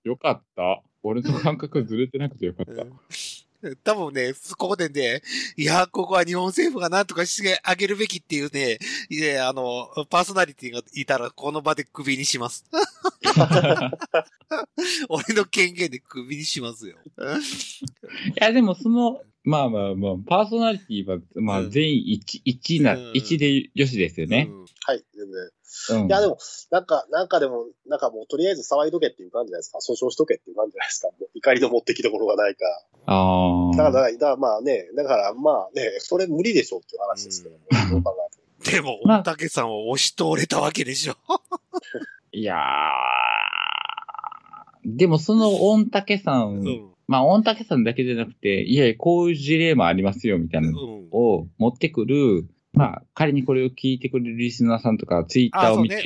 Speaker 2: よかった。俺の感覚ずれてなくてよかっ
Speaker 1: う
Speaker 2: た。
Speaker 1: ん 多分ね、ここでね、いや、ここは日本政府が何とかしてあげるべきっていうね、いや、あの、パーソナリティがいたら、この場で首にし ます。俺の権限で首にしますよ。
Speaker 2: いや、でもその、まあまあまあ、パーソナリティは、ま
Speaker 1: う
Speaker 2: あ
Speaker 1: ん
Speaker 2: 全員1、一な、
Speaker 1: うん
Speaker 2: 一でよしですよね
Speaker 1: う。ん
Speaker 3: はい、全然。
Speaker 2: うん
Speaker 3: いや、でも、なんか、なんかでも、なんかもう、とりあえず騒いどけっていう感じじゃないですか。訴訟しとけっていう感じじゃないですか。もう怒りの持ってきどころがないから。
Speaker 2: ああ。
Speaker 3: だから、だから、だからまあね、だからまあね、それ無理でしょうっていう話ですけども、
Speaker 2: うん
Speaker 3: どう考えても
Speaker 1: でも、
Speaker 2: ま
Speaker 1: 大
Speaker 2: あ
Speaker 1: 竹さんを押し通れたわけでしょ。
Speaker 2: いやー。でもその御嶽さん、
Speaker 1: うん。
Speaker 2: まあ御嶽さんだけじゃなくて、いやいや、こういう事例もありますよ、みたいなの
Speaker 1: うん。
Speaker 2: を持ってくる、まあ仮にこれを聞いてくれるリスナーさんとか、ツイッターを見て、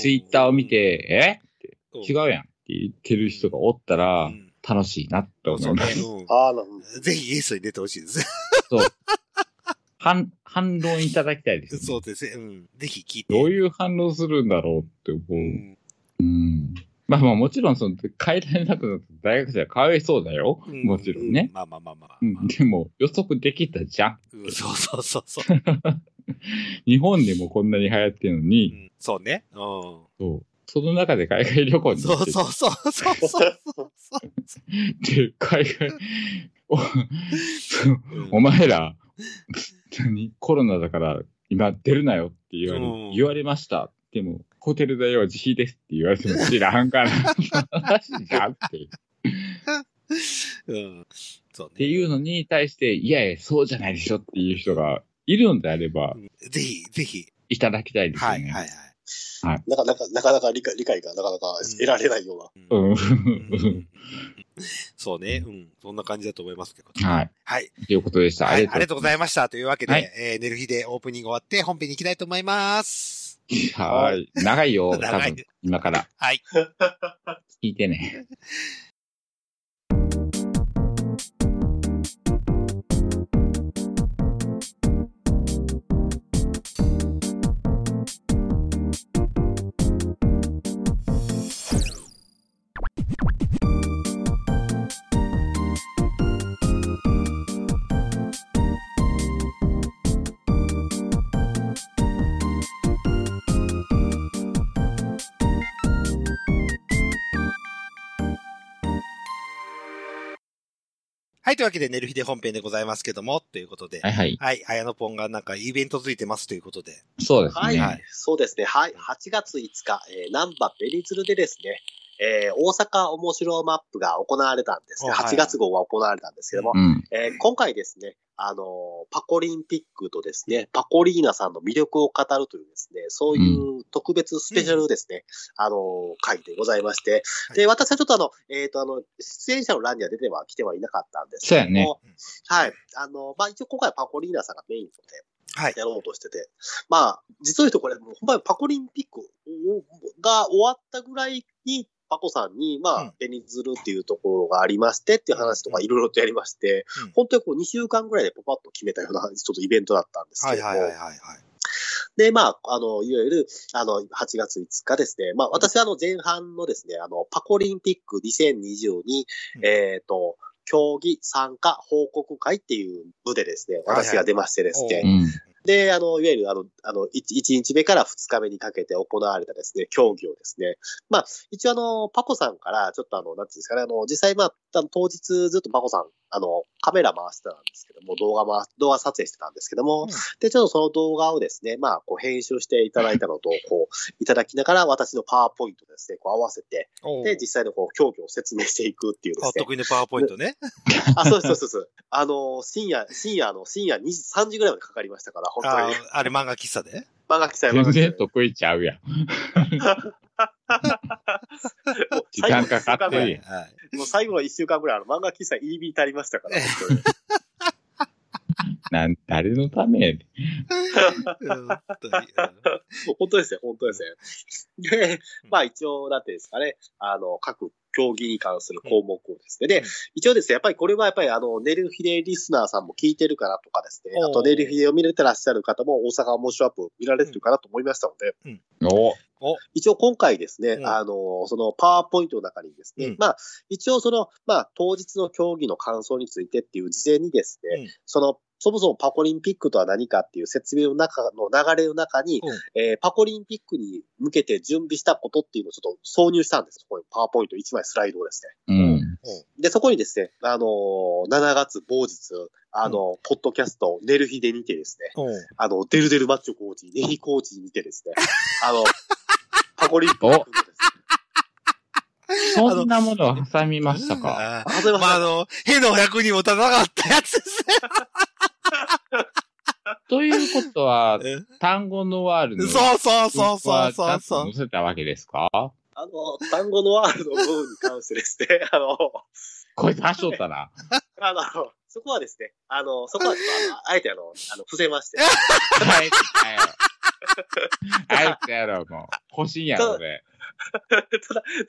Speaker 2: ツイッターを見、て、え違
Speaker 1: う
Speaker 2: うやんって言ってる人がおった
Speaker 1: ん
Speaker 2: ら
Speaker 1: う、ん。
Speaker 2: 楽しいなって思
Speaker 1: そ
Speaker 2: いうま
Speaker 1: ね
Speaker 2: す。。
Speaker 1: うん
Speaker 3: ああ、なるほど
Speaker 1: ぜひゲストに出てほしいです。
Speaker 2: 反、反論いただきたいです、ね。
Speaker 1: そうですね。うん。ぜひ聞いて。
Speaker 2: どう
Speaker 1: う
Speaker 2: いう反応するんだろうって思う。
Speaker 1: ん
Speaker 2: うんまあまあもちろんその変えられなくなった大学生はかわいそうだよ。もちろんね。。
Speaker 1: うまあまあまあまあ。
Speaker 2: うん、でも予測できたじゃん。
Speaker 1: うんそうそうそうそう。
Speaker 2: 日本でもこんなに流行ってるの
Speaker 1: う
Speaker 2: に、
Speaker 1: んそうね。うん。
Speaker 2: そうその中で海外旅行に
Speaker 1: そ
Speaker 2: 行っ
Speaker 1: う
Speaker 2: て
Speaker 1: そうそうそうそうそうそう。
Speaker 2: で海外、おそう
Speaker 1: うん
Speaker 2: お前ら、何コロナだから今出るなよって言われ,、
Speaker 1: うん
Speaker 2: 言われました。でも、ホテル代は自費ですって言われても知らんから、話じゃんっていう。
Speaker 1: うん。そうね。
Speaker 2: っていうのに対して、いやいや、そうじゃないでしょっていう人がいるのであれば
Speaker 1: う、んぜひ、ぜひ。
Speaker 2: いただきたいですよ
Speaker 1: はい
Speaker 2: ね。
Speaker 1: はいはい。
Speaker 3: なかなか、なかなか理解、理解がなかなか得られないような。
Speaker 2: うん。
Speaker 1: うんそうね。うん。そんな感じだと思いますけど。
Speaker 2: はい。
Speaker 1: はい。
Speaker 2: ということでした。
Speaker 1: はいありが
Speaker 2: あ
Speaker 1: とうございました。というわけで、
Speaker 2: はい
Speaker 1: えー寝る日でオープニング終わって本編に行きたいと思います。
Speaker 2: りがとうございます。はい。長いよ、多
Speaker 1: 長い
Speaker 2: 分、今から。
Speaker 1: はい。
Speaker 2: 聞いてね。
Speaker 1: はい。というわけで、寝る日で本編でございますけども、ということで。
Speaker 2: はいはい。
Speaker 1: はい。あやのぽんがなんかイベントついてますということで。
Speaker 2: そうです
Speaker 3: はい、
Speaker 2: ね。
Speaker 1: はい
Speaker 3: そうですね。はい。8月5日、えー、南波ベリズルでですね、えー大阪面白マップが行われたんですね。
Speaker 1: あはい
Speaker 3: 8月号は行われたんですけども
Speaker 2: う、ん。
Speaker 3: えー今回ですね、あのーパコリンピックとですね、パコリーナさんの魅力を語るというですね、そういう特別スペシャルですね、あのー回でございまして、
Speaker 1: はい
Speaker 3: で、私はちょっとあの、えっ、と、あの、出演者の欄には出ては来てはいなかったんですけども、はい。あの、まあ、一応今回はパコリーナさんがメイン
Speaker 1: はい
Speaker 3: でやろうとしてて、まあ、実を言うとこれ、もうほんまにパコリンピックが終わったぐらいに、パコさんに、まあ、
Speaker 1: うん
Speaker 3: ベニズルっていうところがありましてっていう話とか
Speaker 1: うん
Speaker 3: いろいろとやりまして、
Speaker 1: うん
Speaker 3: 本当にこう2週間ぐらいでパパッと決めたような、ちょっとイベントだったんです
Speaker 1: は
Speaker 3: け
Speaker 1: い
Speaker 3: ども、
Speaker 1: はいはいはいはい。
Speaker 3: で、まあ、あの、いわゆる、あの、8月5日ですね。まあ、私はあの、前半のですね、あの、パコリンピック2020に、
Speaker 1: うん
Speaker 3: えっ、と、競技参加報告会っていう部でですね、
Speaker 1: はいはい
Speaker 3: 私が出ましてですね、
Speaker 1: おう
Speaker 2: うん。
Speaker 3: で、あの、いわゆる、あの、あの、1, 日目から2日目にかけて行われたですね、競技をですね、まあ、一応あの、パコさんから、ちょっとあの、なんていうんですかね、あの、実際まあ、あの当日ずっとパコさん、あの、カメラ回してたんですけども、動画回、動画撮影してたんですけども、
Speaker 1: うん
Speaker 3: で、ちょっとその動画をですね、まあ、こう編集していただいたの と、こう、いただきながら、私のパワーポイントですね、こう合わせて、
Speaker 1: おう
Speaker 3: で、実際のこう、競技を説明していくっていうで
Speaker 1: あ
Speaker 3: すね。
Speaker 1: 得意のパワーポイントね。
Speaker 3: あ、そうですそうですそうです。あの、深夜、深夜の、深夜2時、3時ぐらいまでかかりましたから、 本当
Speaker 1: あ
Speaker 3: に。
Speaker 1: あれ漫画喫茶で。
Speaker 3: 漫画記載漫
Speaker 2: 全
Speaker 3: 画記載
Speaker 2: 然得意ちゃうやん。
Speaker 3: もう
Speaker 2: 時
Speaker 3: 最後
Speaker 2: 間
Speaker 3: の
Speaker 2: かかって
Speaker 1: は
Speaker 2: る
Speaker 1: い
Speaker 2: やん。
Speaker 1: はい。
Speaker 3: もう最後の1週間ぐらい、あの、漫画喫茶入り浸りましたから。
Speaker 2: なん、誰のためやで。
Speaker 1: うん本当に
Speaker 3: 本当ですね、本当ですね。で、まあ一応、なんていうんですかね、あの、各競技に関する項目をですね。
Speaker 1: う
Speaker 3: で
Speaker 1: ん、
Speaker 3: 一応ですね、やっぱりこれはやっぱりあの、ネルヒデリスナーさんも聞いてるかなとかですね、
Speaker 1: おー
Speaker 3: あとネルヒデを見れてらっしゃる方も大阪面白アップ見られてるかなと思いましたので、
Speaker 2: お
Speaker 1: お
Speaker 3: 一応今回ですね、
Speaker 1: うん
Speaker 3: あの、そのパワーポイントの中にですね、
Speaker 1: うん
Speaker 3: まあ、一応その、まあ、当日の競技の感想についてっていう事前にですね、
Speaker 1: うん
Speaker 3: その、そもそもパコリンピックとは何かっていう説明の中の流れの中に、
Speaker 1: うん
Speaker 3: えーパコリンピックに向けて準備したことっていうのをちょっと挿入したんです。ここにパワーポイント1枚スライドをですね。
Speaker 2: うん。
Speaker 3: で、そこにですね、あのー7月某日、あのーポッドキャスト、寝る日でにてですね、
Speaker 1: うん。
Speaker 3: あの、デルデルマッチョコーチ、ネヒコーチに似てです ね、あの、パコリンピックのですね
Speaker 2: そんなものを挟みました
Speaker 1: あ
Speaker 2: か。
Speaker 3: あそうい
Speaker 1: ー
Speaker 3: えば
Speaker 1: まあ、あの、への役にも立たなかったやつです
Speaker 2: ということは、
Speaker 1: ね。
Speaker 2: 単語のワールド。
Speaker 1: そうそうそうそうそうそう。
Speaker 2: 載せたわけですか
Speaker 3: あの、単語のワールドの部分に関してですね、 あの、
Speaker 2: こいつ発症ったな。
Speaker 3: あの、そこはですね、あの、そこはちょっとあの、あえてあの、あの、伏せ まして、
Speaker 2: あえてかよ。あえてやろ、もう。欲しいんやろ、俺。
Speaker 3: ただ、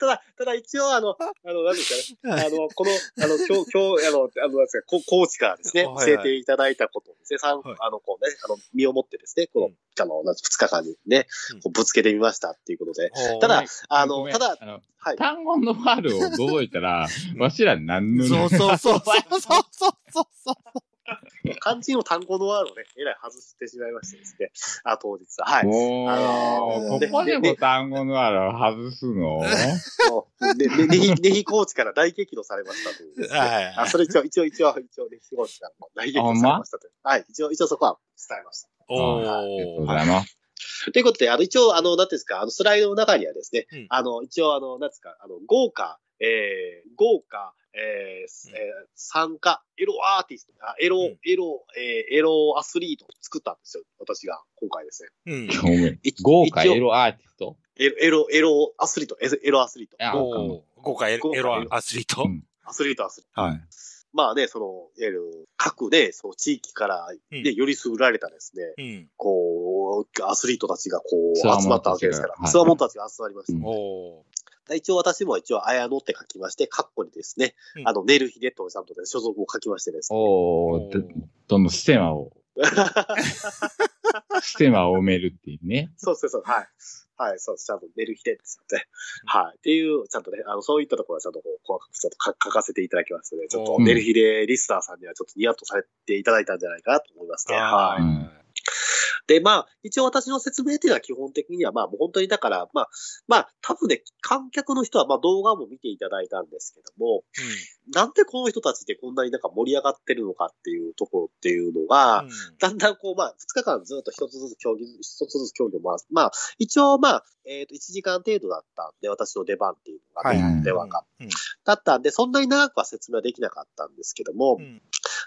Speaker 3: ただ、ただ一応あの、あの、なんですかね、あの、この、あの、今日、今日、あの、あの、なんですか、ココーチからですね、
Speaker 1: はいはい
Speaker 3: 教えていただいたことをですね、さん
Speaker 1: はい
Speaker 3: あの、こうね、あの、身をもってですね、この、
Speaker 1: うん
Speaker 3: あの、なん2日間にね
Speaker 1: うん、
Speaker 3: こうぶつけてみましたっていうことで、
Speaker 1: おー
Speaker 3: ただ
Speaker 2: ごめん
Speaker 3: あの
Speaker 2: ごめん
Speaker 3: ただ
Speaker 2: あの
Speaker 3: はい
Speaker 2: 単語のワールドを覗いた ら、わしら何の。
Speaker 1: そうそうそうそうそうそうそうそう。
Speaker 3: 肝心の単語のワールドをね、えらい外してしまいましてですね、あ、当日、はい。
Speaker 2: お
Speaker 3: あ
Speaker 1: の
Speaker 2: ー、
Speaker 1: ー
Speaker 2: ここでも単語のある外す の
Speaker 3: もうね、ね、ね ひ、ねひコーチから大激怒されましたというですね、
Speaker 1: はい
Speaker 3: あ、それ一応、一応、一応、一応、ねひコーチから大激怒されましたという。はい、一応、一応そこは伝えました。
Speaker 1: お
Speaker 2: ありがとう
Speaker 1: ー
Speaker 2: ございます。
Speaker 3: ということで、あの、一応、あの、なんていうんですか、あの、スライドの中にはですね、
Speaker 1: うん
Speaker 3: あの、一応、あの、なんですか、あの、豪華、えー、豪華、えー
Speaker 1: うん
Speaker 3: えー参加、エロアーティスト、あエロ、
Speaker 1: うん
Speaker 3: エロ、えーエロアスリートを作ったんですよ、私が、今回ですね。
Speaker 1: うん。
Speaker 2: ごめん
Speaker 3: 一
Speaker 2: 豪華
Speaker 3: 一応
Speaker 2: エロアーティスト
Speaker 3: エロ、エロ、エロアスリート、エエロアスリート。
Speaker 2: あ
Speaker 3: 豪
Speaker 1: おー豪華エロエロアスリート
Speaker 2: う。ん
Speaker 3: アスリート、アスリート。
Speaker 1: はい。
Speaker 3: まあね、その、いわゆる、各ね、その地域から、ね、
Speaker 1: うん
Speaker 3: よりすぐられたですね、
Speaker 1: うん。
Speaker 3: こう、アスリートたちがこう、
Speaker 2: つわ
Speaker 3: 集
Speaker 2: もの
Speaker 3: まったわけですか
Speaker 2: たちがは
Speaker 3: ら、
Speaker 2: い
Speaker 3: つわものたちが集まりました。
Speaker 2: うん
Speaker 1: おー
Speaker 3: で一応私も一応、綾野って書きまして、カッコにですね、
Speaker 1: うん
Speaker 3: あの、ネルヒデとさんとね所属を書きましてですね。
Speaker 2: お
Speaker 1: お
Speaker 2: ー、ど
Speaker 1: ー
Speaker 2: どんどんステマ を。ステマを埋めるっていうね。
Speaker 3: そうそうそう、はい。はい、そう、ちゃんとネルヒデって言って、はい。っていう、ちゃんとね、あの、そういったところはちゃんとこう、細かくちょっと書書かせていただきましたので、ちょっと
Speaker 1: うん
Speaker 3: ネルヒデリスナーさんにはちょっとニヤッとされていただいたんじゃないかなと思いますね。はい。
Speaker 1: は
Speaker 3: で、まあ、一応私の説明っていうのは基本的には、まあ、もう本当にだから、まあ、まあ、多分ね、観客の人は、まあ、動画も見ていただいたんですけども、
Speaker 1: い。
Speaker 3: なんでこの人たちでこんなになんか盛り上がってるのかっていうところっていうのが、
Speaker 1: うん
Speaker 3: だんだんこう、まあ、2日間ずっと一つずつ競技、一つずつ競技を回す。まあ、一応、まあ、えっ、と、1時間程度だったんで、私の出番っていうのが、
Speaker 1: はい
Speaker 2: はい
Speaker 3: 出番が。
Speaker 1: うん
Speaker 3: だったんで、そんなに長くは説明はできなかったんですけども、
Speaker 1: うん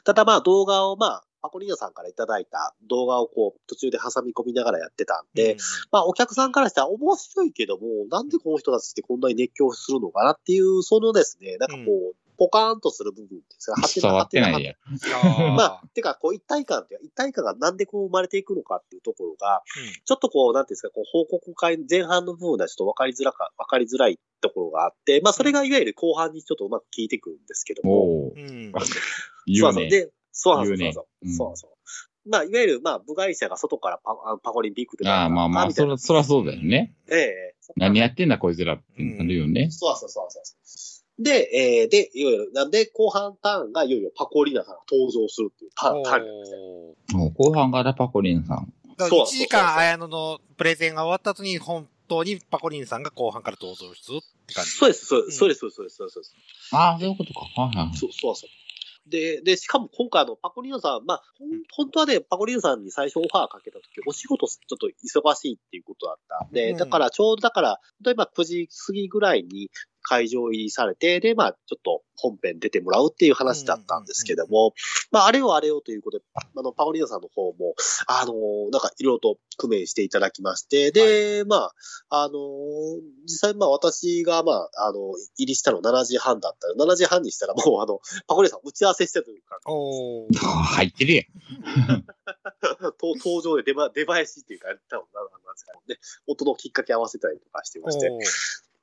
Speaker 3: ただまあ動画をまあ、パコリーナさんからいただいた動画をこう、途中で挟み込みながらやってたんで、
Speaker 1: うん
Speaker 3: まあお客さんからしたら面白いけども、なんでこの人たちってこんなに熱狂するのかなっていう、そのですね、なんかこう、ポカーンとする部分ですが、
Speaker 2: 伝わってない
Speaker 3: や。
Speaker 2: や。
Speaker 1: あー
Speaker 3: まあ、てか、こう、一体感っていうか、一体感がなんでこう生まれていくのかっていうところが、
Speaker 1: うん
Speaker 3: ちょっとこう、なんていうんですか、こう、報告会前半の部分ではちょっと分かりづらか、分かりづらいところがあって、まあ、それがいわゆる後半にちょっとうまく効いてくるんですけども、
Speaker 2: おー、
Speaker 1: うん。
Speaker 2: 言うね。
Speaker 3: そうそう。で、そうなん
Speaker 2: 言う
Speaker 3: で
Speaker 2: ね
Speaker 3: すよ
Speaker 2: うん
Speaker 3: そうそう。そうそう。まあ、いわゆる、まあ、部外者が外からパあのパコリンピックで
Speaker 2: ああ、まあまあ、
Speaker 3: みた
Speaker 2: そ
Speaker 3: いな
Speaker 2: ら、そらそうだよね。
Speaker 3: ええ
Speaker 2: 何やってんだ、こいつらってなるよね。
Speaker 3: そうそうそうそう。で、えーで、いわゆる、なんで、後半ターンがいよいよパコリーナさんが登場するっていうターン
Speaker 1: お
Speaker 3: ターンなんですね。
Speaker 1: ー
Speaker 2: もう後半からパコリンさん。
Speaker 1: だか
Speaker 3: そう
Speaker 1: ら1
Speaker 3: そうそう
Speaker 1: 時間綾野のプレゼンが終わった後に、本当にパコリンさんが後半から登場するって感じ。
Speaker 3: そうです、そう
Speaker 1: う
Speaker 3: で
Speaker 1: ん
Speaker 3: す、そうです、そうです、そうです。
Speaker 2: ああ、そういうことか。はいはい。
Speaker 3: そうそうそう。で、で、しかも今回、あの、パコリーノさん、まあ、ほん本当はね、パコリーノさんに最初オファーかけた時、お仕事ちょっと忙しいっていうことだったんで、
Speaker 1: うん
Speaker 3: だから、ちょうどだから、例えば9時過ぎぐらいに会場入りされて、で、まあ、ちょっと本編出てもらうっていう話だったんですけども、まあ、あれをあれをということで、あの、パコリーノさんの方も、あのーなんか、いろいろと工面していただきまして、で、まあ、あのー実際、まあ、私が、まあ、あの入りしたの7時半だったの7時半にしたら、もう、あの、パコリさん打ち合わせしてるというか、
Speaker 1: おー
Speaker 2: あー 入ってるやん。
Speaker 3: 登登場で出ば出囃子っていうか、多分なんなんですかね、音のきっかけ合わせたりとかしてまして、
Speaker 1: お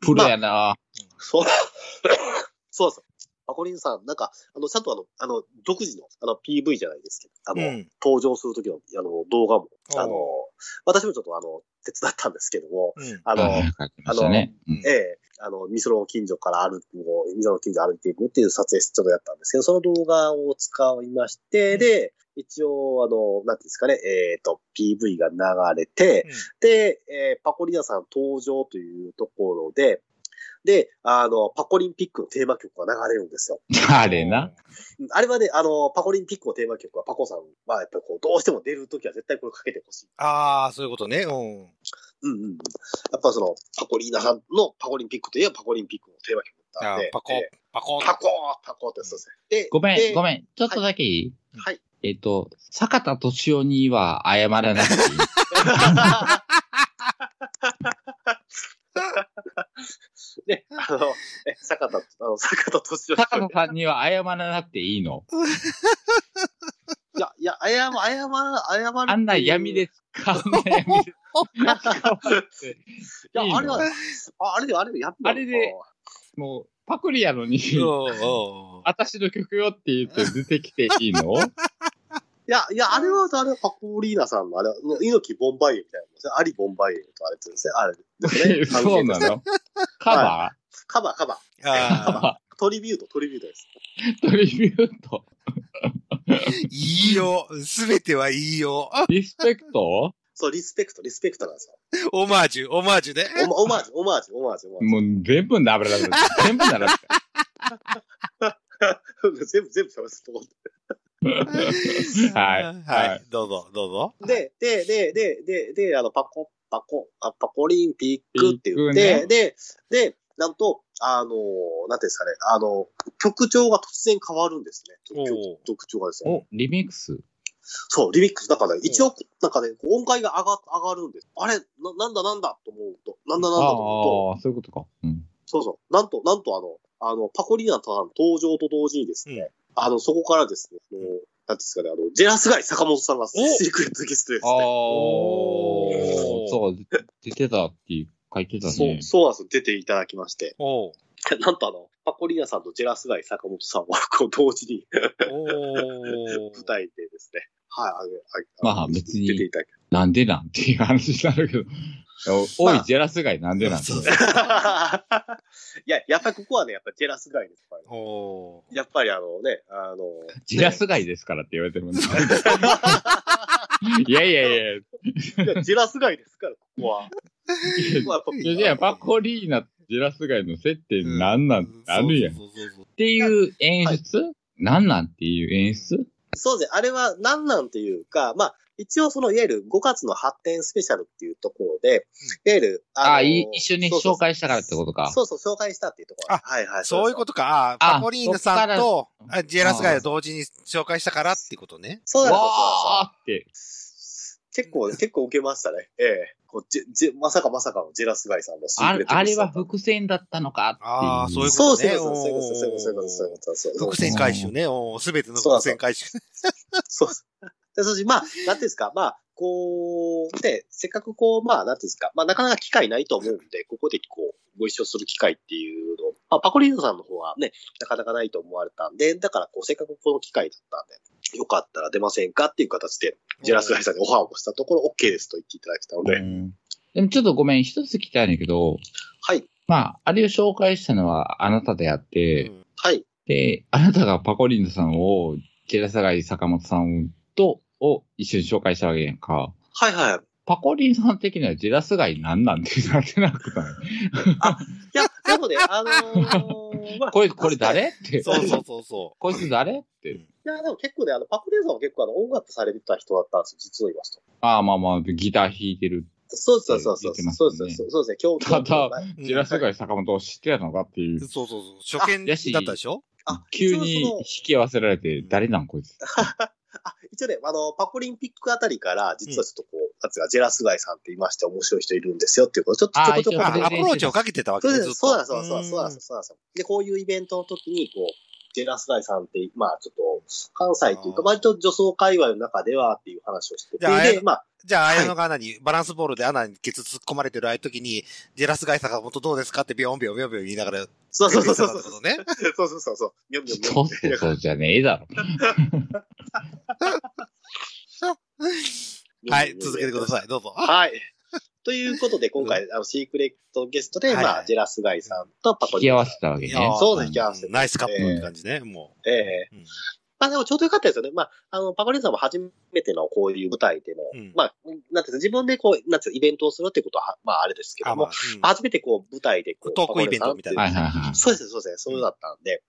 Speaker 2: プロやな。
Speaker 3: そう、 そうそう。パコリンさん、なんか、あの、ちゃんとあの、あの、独自の、あの、PV じゃないですけど、あの、
Speaker 1: ーうん。
Speaker 3: 登場するときの、あの、動画も、あの
Speaker 1: お、
Speaker 3: 私もちょっとあの、手伝ったんですけども、
Speaker 1: うん。
Speaker 3: あの、
Speaker 2: はいはい書きましたね。うん
Speaker 3: ええ、あの、ミソロの近所から歩く、もうミソロの近所歩いていくっていう撮影ちょっとやったんですけど、その動画を使いまして、で、一応、あの、なんていうんですかね、えっ、と、PV が流れて、で、えーパコリーナさん登場というところで、で、あの、パコリンピックのテーマ曲が流れるんですよ。
Speaker 2: あれな。
Speaker 3: うんあれはね、あの、パコリンピックのテーマ曲はパコさんは、やっぱりこう、どうしても出るときは絶対これかけてほしい。
Speaker 1: ああ、そういうことね。うん。
Speaker 3: うんうんうん。やっぱその、パコリーナさんのパコリンピックといえばパコリンピックのテーマ曲だった
Speaker 1: あ
Speaker 3: んで
Speaker 1: ー、パコ
Speaker 3: え、
Speaker 1: パコ
Speaker 3: ー。パコーパコーってそうですね。で、
Speaker 2: ごめん、ご
Speaker 3: ん。
Speaker 2: めん。ちょっとだけいい
Speaker 3: はい。
Speaker 2: えっと、坂田敏夫には謝らなくてい い。
Speaker 3: ね、あの、え坂田、あの、坂田敏夫さん
Speaker 2: 坂田さんには謝らなくていいの。
Speaker 3: いや、いや、謝、謝る、謝る。
Speaker 2: あんな闇で使うの闇で使わなくて
Speaker 3: いや、
Speaker 2: いい
Speaker 3: あれ
Speaker 2: の、
Speaker 3: はああれで、あれで、やっ
Speaker 2: あれでもう、パクリやのに、
Speaker 1: うんうん
Speaker 2: 私の曲よって言って出てきていい の
Speaker 3: いや、いや、あれは、あれはパコリーナさんの、あれは、猪木ボンバイエみたいなもんですね。アリボンバイエとあれですね。あれです ね。
Speaker 2: そうな
Speaker 3: 関係ですね
Speaker 2: のカバ
Speaker 3: カバー、カバー。
Speaker 1: あ
Speaker 3: トリビュート、トリビュートです。
Speaker 2: ートリビュート
Speaker 1: ーいいよ。すべてはいいよ。あ
Speaker 2: リスペクト
Speaker 3: そう、リスペクト、リスペクトなんですよ。
Speaker 1: オマージュ、オマージュね。
Speaker 3: オマオマージュ、オマージュ、オマージュ、オマージュ。
Speaker 2: もう全部ダブらだ全部な ら
Speaker 3: 全部、全部喋ってポコって
Speaker 2: はい
Speaker 1: は。
Speaker 2: はい
Speaker 1: どうぞ、どうぞ。
Speaker 3: で、で、で、で、で、で、あの、パコ、パコ、あパコリンピックって言っ
Speaker 2: ピッ
Speaker 3: て、
Speaker 2: クね
Speaker 3: で、で、なんと、あの、なんていうんですかね、あの、曲調が突然変わるんですね。曲
Speaker 1: おう
Speaker 3: 曲調がですね。
Speaker 2: お、リミックス。
Speaker 3: そう、リミックス、だからね、一応、なんかね、こう音階が上が上がるんです。あれ、ななんだなんだと思うと、なんだ
Speaker 2: あ
Speaker 3: なんだと思う
Speaker 2: あ
Speaker 3: と、
Speaker 2: ー、そういうことか。うん。
Speaker 3: そうそう。なんと、なんとあの、あの、パコリーナさん登場と同時にですね、
Speaker 1: うん
Speaker 3: あの、そこからですね、もうなんていうんですかね、あの、ジェラスガイ坂本さんがシークレットゲストで
Speaker 2: あ
Speaker 3: す
Speaker 2: あ
Speaker 3: ね。、
Speaker 1: おー
Speaker 2: そう、出てたっていう書いてた
Speaker 3: そう、
Speaker 2: ね。
Speaker 3: そうなんですよ。出ていただきまして。
Speaker 1: おう
Speaker 3: なんとあの、パコリーナさんとジェラスガイ坂本さんは、こう、同時に
Speaker 1: おう
Speaker 3: 舞台でですね、はい、あげ、あげ、
Speaker 2: まあ別に
Speaker 3: 出ていただき
Speaker 2: なんでなんっていう話になるけど。おおい、ジェラス街なんでなん
Speaker 1: そう
Speaker 2: それ
Speaker 3: いや、やっぱりここはね、やっぱりジェラスガイですからね。
Speaker 1: おう
Speaker 3: やっぱりあのね、あの、
Speaker 2: ジェラス街ですからって言われても、なんでいやいやいや、
Speaker 3: い やジェラスガイですから、ここは。ここはやっぱ
Speaker 2: いやいや、パコリーナ、ジェラス街の接点なんなんってあるやん。っ
Speaker 1: そうそうそうそう
Speaker 2: ていう演出なんなんっていう演出
Speaker 3: そうですね。あれは何なんていうか、まあ、一応その、いわゆる5月の発展スペシャルっていうところで、いわゆる、の
Speaker 2: ああ、い一緒に紹介したからってことか。
Speaker 3: そうそうそう、紹介したっていうところ。
Speaker 1: あ
Speaker 3: はいはい。。
Speaker 1: そういうこととか。あー
Speaker 2: あ
Speaker 1: パコリーナさんとあジェラスガイを同時に紹介したからってことね。
Speaker 3: そうなんですよそうなんで
Speaker 2: わーって。
Speaker 3: すよ。結構、結構受けましたね。ええこうジェジェまさかまさかのジェラスガイさんのシー
Speaker 2: あ
Speaker 3: クレ
Speaker 2: れ
Speaker 3: ット
Speaker 2: あ
Speaker 3: ゲ
Speaker 2: れ
Speaker 3: ストだ
Speaker 2: は
Speaker 3: った
Speaker 2: 伏線だったのかっていう。
Speaker 1: あーそういうこ
Speaker 3: そうそう
Speaker 1: ね
Speaker 3: そういうことそういうことそういうことそういうことそういうこと
Speaker 1: 伏線回収ね。おうすべての伏線回収。
Speaker 3: そうそう。で、そして、まあ、なんていうんですか、まあ、こう、で、せっかくこう、まあ、なんていうんですか、まあ、なかなか機会ないと思うんで、ここでこう、ご一緒する機会っていうの、まあ、パコリーノさんの方はね、なかなかないと思われたんで、だから、こう、せっかくこの機会だったんで、よかったら出ませんかっていう形で、ジェラスガイさんにオファーをしたところ、OK ですと言っていただきたので、
Speaker 2: うんでもちょっとごめん、一つ聞きたいんだけど、
Speaker 3: はい、
Speaker 2: まあ、あれを紹介したのはあなたであって、
Speaker 1: うん
Speaker 3: はい、
Speaker 2: で、あなたがパコリンドさんを、ジェラサガイ坂本さんと、を一緒に紹介したわけやんか。
Speaker 3: はい、はい。
Speaker 2: パコリンさん的にはジェラスガイなんなんてなってなくない
Speaker 3: いや、でもね、あのー、まあ、
Speaker 2: これ、これ誰って。
Speaker 1: そうそうそうそ
Speaker 2: こいつ誰って。
Speaker 3: いや、でも結構ね、あの、パコリーノさんは結構あの、音楽されてた人だったんですよ、実を言いますと。
Speaker 2: ああ、まあまあ、ギター弾いてる。
Speaker 3: そうそうそうそ
Speaker 2: 言
Speaker 3: う。
Speaker 2: ってま
Speaker 3: そう
Speaker 2: す
Speaker 3: そ
Speaker 2: よ
Speaker 3: う
Speaker 2: ね
Speaker 3: そうそうですね。今日、
Speaker 2: ただ
Speaker 3: 今日
Speaker 1: う。
Speaker 2: ジェラ
Speaker 1: ス
Speaker 2: スガイ坂本を知ってたのかっていう
Speaker 1: そう。そうそう。初見
Speaker 2: あやし
Speaker 1: だったでしょ
Speaker 3: あ
Speaker 2: 急
Speaker 3: 一
Speaker 2: に
Speaker 3: 応
Speaker 2: 引き合わせられて、誰なんこいつ。
Speaker 3: そのあ、一応ね、あの、パコリンピックあたりから、実はちょっとこう、なんつうか、ジェラスガイさんっていまして面白い人いるんですよっていうことをちょっとちょこちょこ
Speaker 2: あ
Speaker 1: あ
Speaker 2: 一応
Speaker 3: あ
Speaker 1: アプローチをかけてたわけ
Speaker 3: そ
Speaker 1: ね
Speaker 3: うで
Speaker 1: ずっと
Speaker 3: す。そうなんです、そうなんです、そうなんです、そうなんです。で、こういうイベントの時に、こう、ジェラスガイさんって、まあ、ちょっと、関西というか、
Speaker 1: あー
Speaker 3: 割と女装界隈の中ではっていう話をして
Speaker 1: じゃあ
Speaker 3: て、で、まあ、
Speaker 1: じゃあ、綾野が穴に、バランスボールで穴にケツ突っ込まれてるああいう時に、ジェラスガイ坂本どうですかってビヨンビヨンビヨンビヨン言いながら、
Speaker 3: そうそうそうそう
Speaker 1: デビューしてたってこ
Speaker 3: そう。
Speaker 1: とね。
Speaker 3: そうそうそうそう。みょんみょんみょん
Speaker 2: そうそうそうじゃねえだろ。
Speaker 1: はい、続けてくだ
Speaker 3: い。
Speaker 1: さい。どうぞ。
Speaker 3: はい。ということで、今回、あの、シークレットゲストで、
Speaker 1: はい
Speaker 3: まあ、ジェラスガイさんとパコ
Speaker 2: 引
Speaker 3: ニ
Speaker 2: き
Speaker 3: ャ
Speaker 2: 合
Speaker 3: ン
Speaker 2: わせたわけね。
Speaker 1: あー
Speaker 3: そうです引き合わせて
Speaker 1: ナイスカップって感じね、も
Speaker 3: ええ
Speaker 1: う。うん
Speaker 3: まあでもちょうどよかったですよね。まあ、あの、パコリンさんも初めてのこういう舞台での、
Speaker 1: うん
Speaker 3: まあ、なんていうの自分でこう、なんていうのイベントをするっていうことは、まああれですけど
Speaker 1: あ、ま
Speaker 3: も、
Speaker 1: あ、
Speaker 3: 初めてこう、舞台で
Speaker 1: う
Speaker 3: こう、
Speaker 1: んトークイベントみたい
Speaker 3: パコリンさんってう
Speaker 1: な。
Speaker 2: はいはいはい。
Speaker 3: そうですね、そうですね、そうだったんで。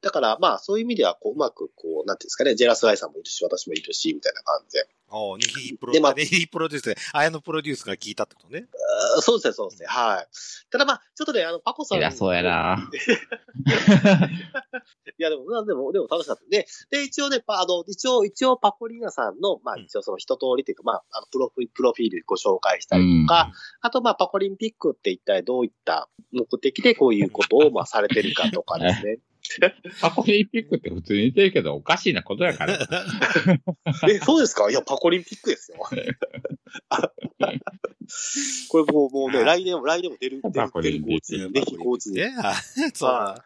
Speaker 3: だから、まあ、そういう意味では、こう、うまく、こう、なんていうんですかね、ジェラスガイさんもいるし、私もいるし、みたいな感じで。
Speaker 1: おうね、ヒープロ、
Speaker 3: でまあ
Speaker 1: ね、ヒープロデュースで、綾野プロデュースが聞いたってことね。
Speaker 3: あそうですね、そうですね、はい。ただまあ、ちょっとね、あの、パコさん。
Speaker 2: 偉そうやな。
Speaker 3: いや、でも、まあでも、でも楽しかった。で、で、一応ね、パあの、一応、一応、パコリーナさんの、まあ、
Speaker 1: うん
Speaker 3: 一応その一通りというか、まあ、あのプロフィ、プロフィールご紹介した
Speaker 2: う
Speaker 3: り
Speaker 2: ん
Speaker 3: と。か、あと、まあ、パコリンピックって一体どういった目的でこういうことを、まあ、されてるかとかですね。
Speaker 2: パコリンピックって普通に言ってるけど、おかしいなことや から。
Speaker 3: え、そうですかいや、パコリンピッ クですよ。これもう、もうね、来年も、来年も出る、出
Speaker 2: パ
Speaker 3: る
Speaker 2: コ、
Speaker 3: 出
Speaker 2: リン
Speaker 3: るコ
Speaker 2: ピ
Speaker 3: ー
Speaker 2: ッ
Speaker 3: チ、
Speaker 2: ク
Speaker 3: ぜひコーチに。
Speaker 1: ね、あ そうなんだ。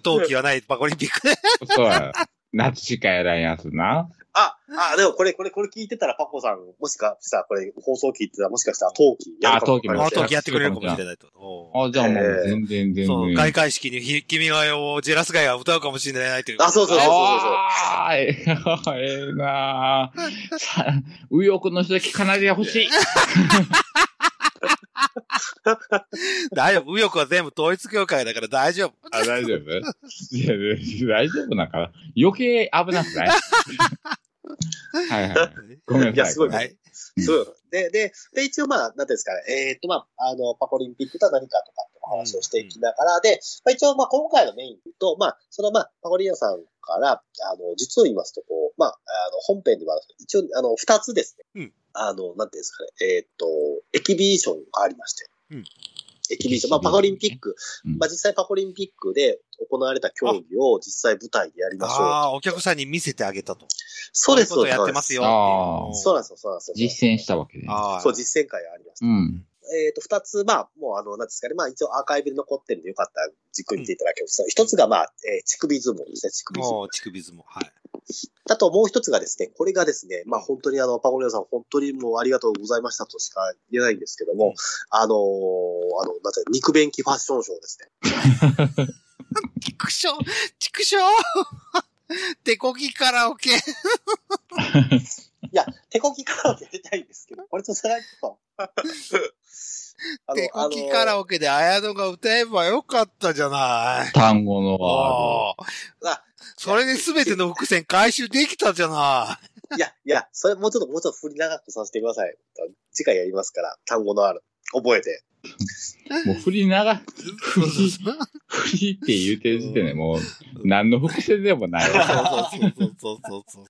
Speaker 1: 冬季はないパコリンピックね。
Speaker 2: そうや。夏しかやらんやつな。
Speaker 3: あ、あ、でもこれ、これ、これ聞いてたら、パコさん、もしかしたら、これ、放送聞いてたら、もしかしたら、陶器やるかもしれ
Speaker 2: う
Speaker 3: ない
Speaker 2: ん
Speaker 1: あ
Speaker 2: あ
Speaker 1: と
Speaker 2: 陶器も
Speaker 1: やってくれるかもしれないと。おう
Speaker 2: あ、じゃあもう
Speaker 3: え
Speaker 2: 全然全然。
Speaker 1: そう、開会式にひ、君が代をジェラスガイが歌うかもしれないという。
Speaker 3: あ、そうそうそうそうそう。
Speaker 2: ああ、ええなぁ。さ右翼の人だけ奏でてほ しい。
Speaker 1: 大丈夫。右翼は全部統一教会だから大丈夫。
Speaker 2: あ、大丈夫いや大丈夫だから。余計危なく ないはいはい。ごめんなさい。
Speaker 3: いやすごい
Speaker 1: はい。
Speaker 3: そう。で、で、で、一応まあ、なんていうんですかね、えーっとまあ、あの、パコリンピックとは何かとかってお話をしていきながらで、まあ一応まあ、今回のメインと、まあ、そのまあ、パコリンさんから、あの、実を言いますと、こう、まあ、あの、本編では、一応、あの、二つですね。
Speaker 1: うん
Speaker 3: あの、なんていうんですかね、えーっと、エキビビションがありまして。
Speaker 1: うん
Speaker 3: エキビビション。まあ、パコリンピック。
Speaker 2: うん
Speaker 3: まあ、実際パコリンピックで行われた競技を実際舞台でやりましょう。
Speaker 1: ああ、お客さんに見せてあげたと。
Speaker 3: そうです、
Speaker 1: こ
Speaker 3: そ
Speaker 1: う
Speaker 3: うで
Speaker 1: いうこと
Speaker 3: す。
Speaker 1: やってますよ。
Speaker 2: あー
Speaker 3: そうなんですよ、そうなんですよ。
Speaker 2: 実践したわけで。
Speaker 1: ああ。
Speaker 3: そう、実践会がありました
Speaker 2: う。ん。
Speaker 3: えっ、と、二つ、まあ、もう、あの、なんですかね、まあ、一応アーカイブで残ってるんで、よかったら、じっくり見ていただけますと。一、つが、まあ、えー乳首相撲ですね、乳首相撲。
Speaker 1: もう、乳首相撲。はい。
Speaker 3: あと、もう一つがですね、これがですね、まあ、本当に、あの、パゴリオさん、本当にもう、ありがとうございましたとしか言えないんですけども、
Speaker 1: うん
Speaker 3: あのーあの、なんていうの肉便器ファッションショーですね。
Speaker 1: 畜生畜生 手こぎカラオケ
Speaker 3: いや、手こきカラオケやりたいんです けど、これとさらにと。 あ
Speaker 1: 手こきカラ
Speaker 3: オケ。
Speaker 1: オケで綾野が歌えばよかったじゃない。
Speaker 2: 単語のワ
Speaker 1: ああ。
Speaker 3: あ
Speaker 1: それで全ての伏線回収できたじゃない。
Speaker 3: いや、いや、それもうちょっと、もうちょっと振り長くさせてください。次回やりますから、単語のある。覚えて。
Speaker 2: ード。もう振り長、
Speaker 1: そうそうそう。
Speaker 2: 振りって言うてる時点でもう、何の伏線でもないわ。
Speaker 1: そうそうそうそう。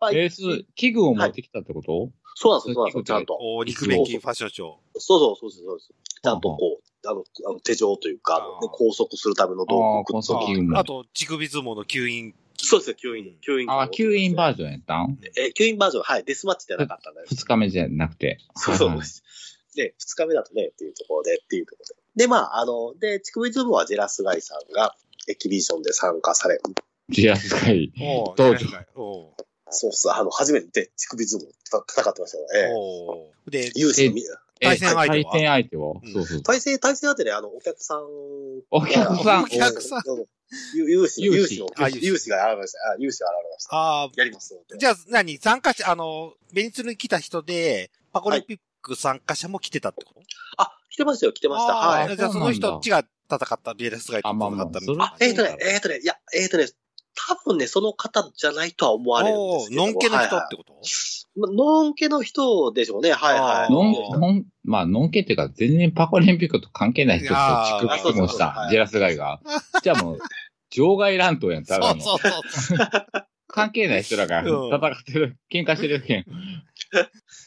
Speaker 3: まあ
Speaker 2: えー、そう、器具を持ってきたってこと、
Speaker 3: そうなんですよ、そうなんですよ、ちゃんと。
Speaker 1: お肉弁金ファッションショー。
Speaker 3: そうそうそうそうそうです。ちゃんとこう、あの、あの手錠というか、あのね
Speaker 1: あー
Speaker 3: 拘束するための
Speaker 2: あ
Speaker 3: 道
Speaker 2: あ、
Speaker 3: 具
Speaker 2: 高
Speaker 1: あ
Speaker 2: 速器具
Speaker 1: あ
Speaker 2: も。
Speaker 1: と、乳首相撲の吸引。
Speaker 3: そうですよ、吸引。吸引。
Speaker 2: ああ、吸引バ
Speaker 3: ー
Speaker 2: ージョンやったん
Speaker 3: ジョン。え、吸引バージョン、はい、デスマッチじゃなかったんだよ。
Speaker 2: 二日目じゃなくて。
Speaker 3: そうそう
Speaker 2: はいはい。
Speaker 3: で、二日目だとね、っていうところで、っていうところで。で、まあ、あの、で、乳首相撲はジェラスガイさんが、エキビションで参加され、
Speaker 2: ジアスカイ。
Speaker 1: おう
Speaker 2: どう
Speaker 1: なんかおう
Speaker 3: そうっす、あの、初めて乳首相撲と戦ってましたよね。
Speaker 1: おうで、
Speaker 3: 有志のみ
Speaker 1: 対戦相手は
Speaker 2: え対戦相手は、
Speaker 1: うん
Speaker 2: そうそう。
Speaker 3: 対戦、対戦あたり、あの、お客さん。
Speaker 2: お客さん
Speaker 3: お
Speaker 1: お客さん。
Speaker 3: 有有志、有
Speaker 2: 有
Speaker 3: 志
Speaker 2: 志
Speaker 3: の
Speaker 1: あ、
Speaker 3: 有志が現れました。あ、有志が現れました。
Speaker 1: あ
Speaker 3: やりますので
Speaker 1: あ、じゃあ、何参加者、あの、ベニツルに来た人で、パコリンピック参加者も来てたってこと
Speaker 3: あ、来てましたよ、来てました。
Speaker 1: あー
Speaker 3: はい。
Speaker 1: じゃあ、そ
Speaker 2: そうな
Speaker 1: の
Speaker 2: んだ
Speaker 1: 人たちが戦った、ビエレスガイと戦ったみたいな
Speaker 2: あまあまあそれ。
Speaker 3: えっ、とね、えっ、とね、いや、えっ、とね、多分ね、その方じゃないとは思われるんで
Speaker 1: お
Speaker 3: す
Speaker 1: う
Speaker 3: けども。
Speaker 1: ノンケの人
Speaker 3: はい
Speaker 1: ってこと
Speaker 3: はいまノンケの人でしょうね、はいは
Speaker 1: あ
Speaker 3: い。
Speaker 1: ー
Speaker 2: のん、
Speaker 1: あ
Speaker 2: のん、まあ、のんけっていうか、全然パコリンピックと関係ない人と
Speaker 1: あー
Speaker 2: 乳首もし
Speaker 3: あそうそうそうは
Speaker 2: た
Speaker 3: い、
Speaker 2: ジェラスガイが。じゃあもう、場外乱闘やん、ただの。
Speaker 1: そうそうそう。
Speaker 2: 関係ない人らが
Speaker 1: うん
Speaker 2: 戦ってる、喧嘩してるけん。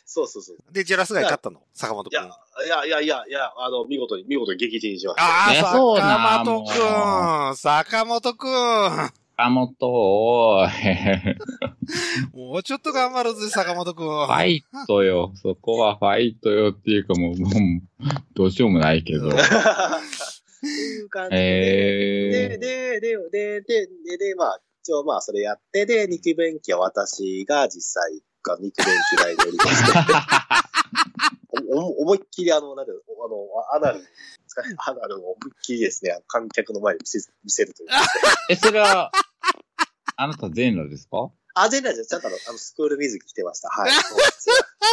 Speaker 3: そうそうそう。
Speaker 1: で、ジェラスガイ勝ったの坂本
Speaker 3: い
Speaker 1: くん。
Speaker 3: や
Speaker 1: あ、
Speaker 3: いやいやいや、いや、あの、見事に、見事に撃沈しました。
Speaker 1: あ
Speaker 2: い
Speaker 1: ー、
Speaker 2: やそうだ
Speaker 1: 坂本
Speaker 2: も
Speaker 1: くん。坂本くん。
Speaker 2: あ、もっと、お ーい。
Speaker 1: もうちょっと頑張るぜ、坂本くん。
Speaker 2: ファイトよ。そこはファイトよっていうかもう、もう、どうしようもないけど。
Speaker 3: っていう感じで。
Speaker 2: え
Speaker 3: で、で、で、で、で、で、で、まあ、一応まあそれやって、で、二級勉強は私が実際、が二級勉強代 で売りまして、おお思いっきりあの、なんていうのあの、アナルですかね、アナルを思いっきりですね、観客の前で見せ見せるという。
Speaker 2: え、それは、あなた全裸ですか
Speaker 3: あ、全然じゃちゃんとあのあの、スクール水着着てました。はい。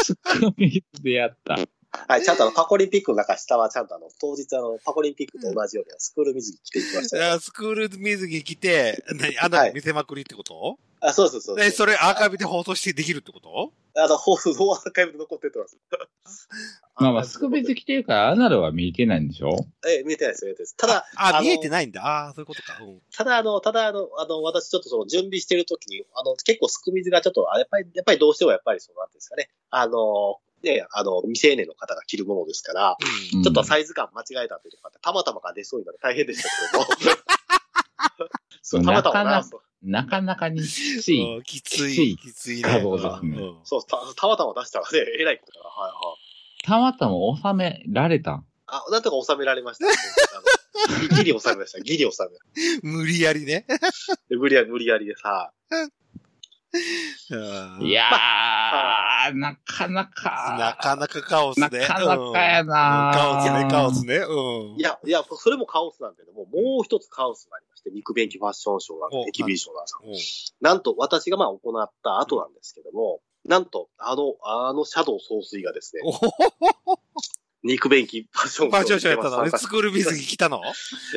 Speaker 2: ツッコミでやった。
Speaker 3: はい、ちゃんとあの、パコリンピックの中、下はちゃんとあの、当日あの、パコリンピックと同じようにスクール水着着ていきましたよ、
Speaker 1: スクール水着着て、何、アナル見せまくりってこと、
Speaker 3: あ、そうそうそう
Speaker 1: え、それアーカイブで放送してできるってこと
Speaker 3: あの、放送のアーカイブで残ってってます。
Speaker 2: まあまあ、スクベズ着てるから、アナルは見えてないんでしょ
Speaker 3: え、見えてないです、見えてないです。ただ、
Speaker 1: あ、
Speaker 3: あの
Speaker 1: 見えてないんだ。ああー、そういうことか。うん。
Speaker 3: ただあの、ただあの、あの、私ちょっとその準備してる時に、あの、結構スクミズがちょっと、あやっぱり、やっぱりどうしてもやっぱりその、なんていうんですかね、あの、ね、あの、未成年の方が着るものですから、
Speaker 2: うん
Speaker 3: ちょっとサイズ感間違えたというか、たまたまが出そうになって大変でした けども。そう、たまた
Speaker 2: なか
Speaker 3: ま
Speaker 2: な
Speaker 3: な、
Speaker 2: か
Speaker 3: そう
Speaker 2: なかなかにきつ
Speaker 1: う
Speaker 2: い。
Speaker 1: んきつ
Speaker 2: きつ
Speaker 1: い、
Speaker 2: い
Speaker 1: きつい
Speaker 2: 画像ですね
Speaker 1: うん
Speaker 3: そうたたまたま出したらね、えらいことだな。はいはい。
Speaker 2: たまたま収められた。
Speaker 3: あ、なんとか収めら れました。あのギリ収めました。ギリ収めまし
Speaker 1: 無理やりね。
Speaker 3: た。無理やり、無理やりでさ。
Speaker 1: うん
Speaker 2: いやー、なかな
Speaker 1: な
Speaker 2: か、
Speaker 1: かなかカオスね。
Speaker 2: なかなかやな
Speaker 1: うん
Speaker 2: ー
Speaker 1: カオスね、カオスね。うん。
Speaker 3: いや、いや、それもカオスなんだけども、もう一つカオスがありまして、肉便器ファッションショーなん
Speaker 1: お
Speaker 3: で、エキビションなんですよ
Speaker 1: うん、
Speaker 3: なんと、私がまあ行った後なんですけども、なんと、あの、あのシャドウ総帥がですね、
Speaker 1: おほほ
Speaker 3: 肉便器ファッションショーに
Speaker 1: パン
Speaker 3: 来てます。
Speaker 1: チョンションやったのスクール水 着着たの
Speaker 3: い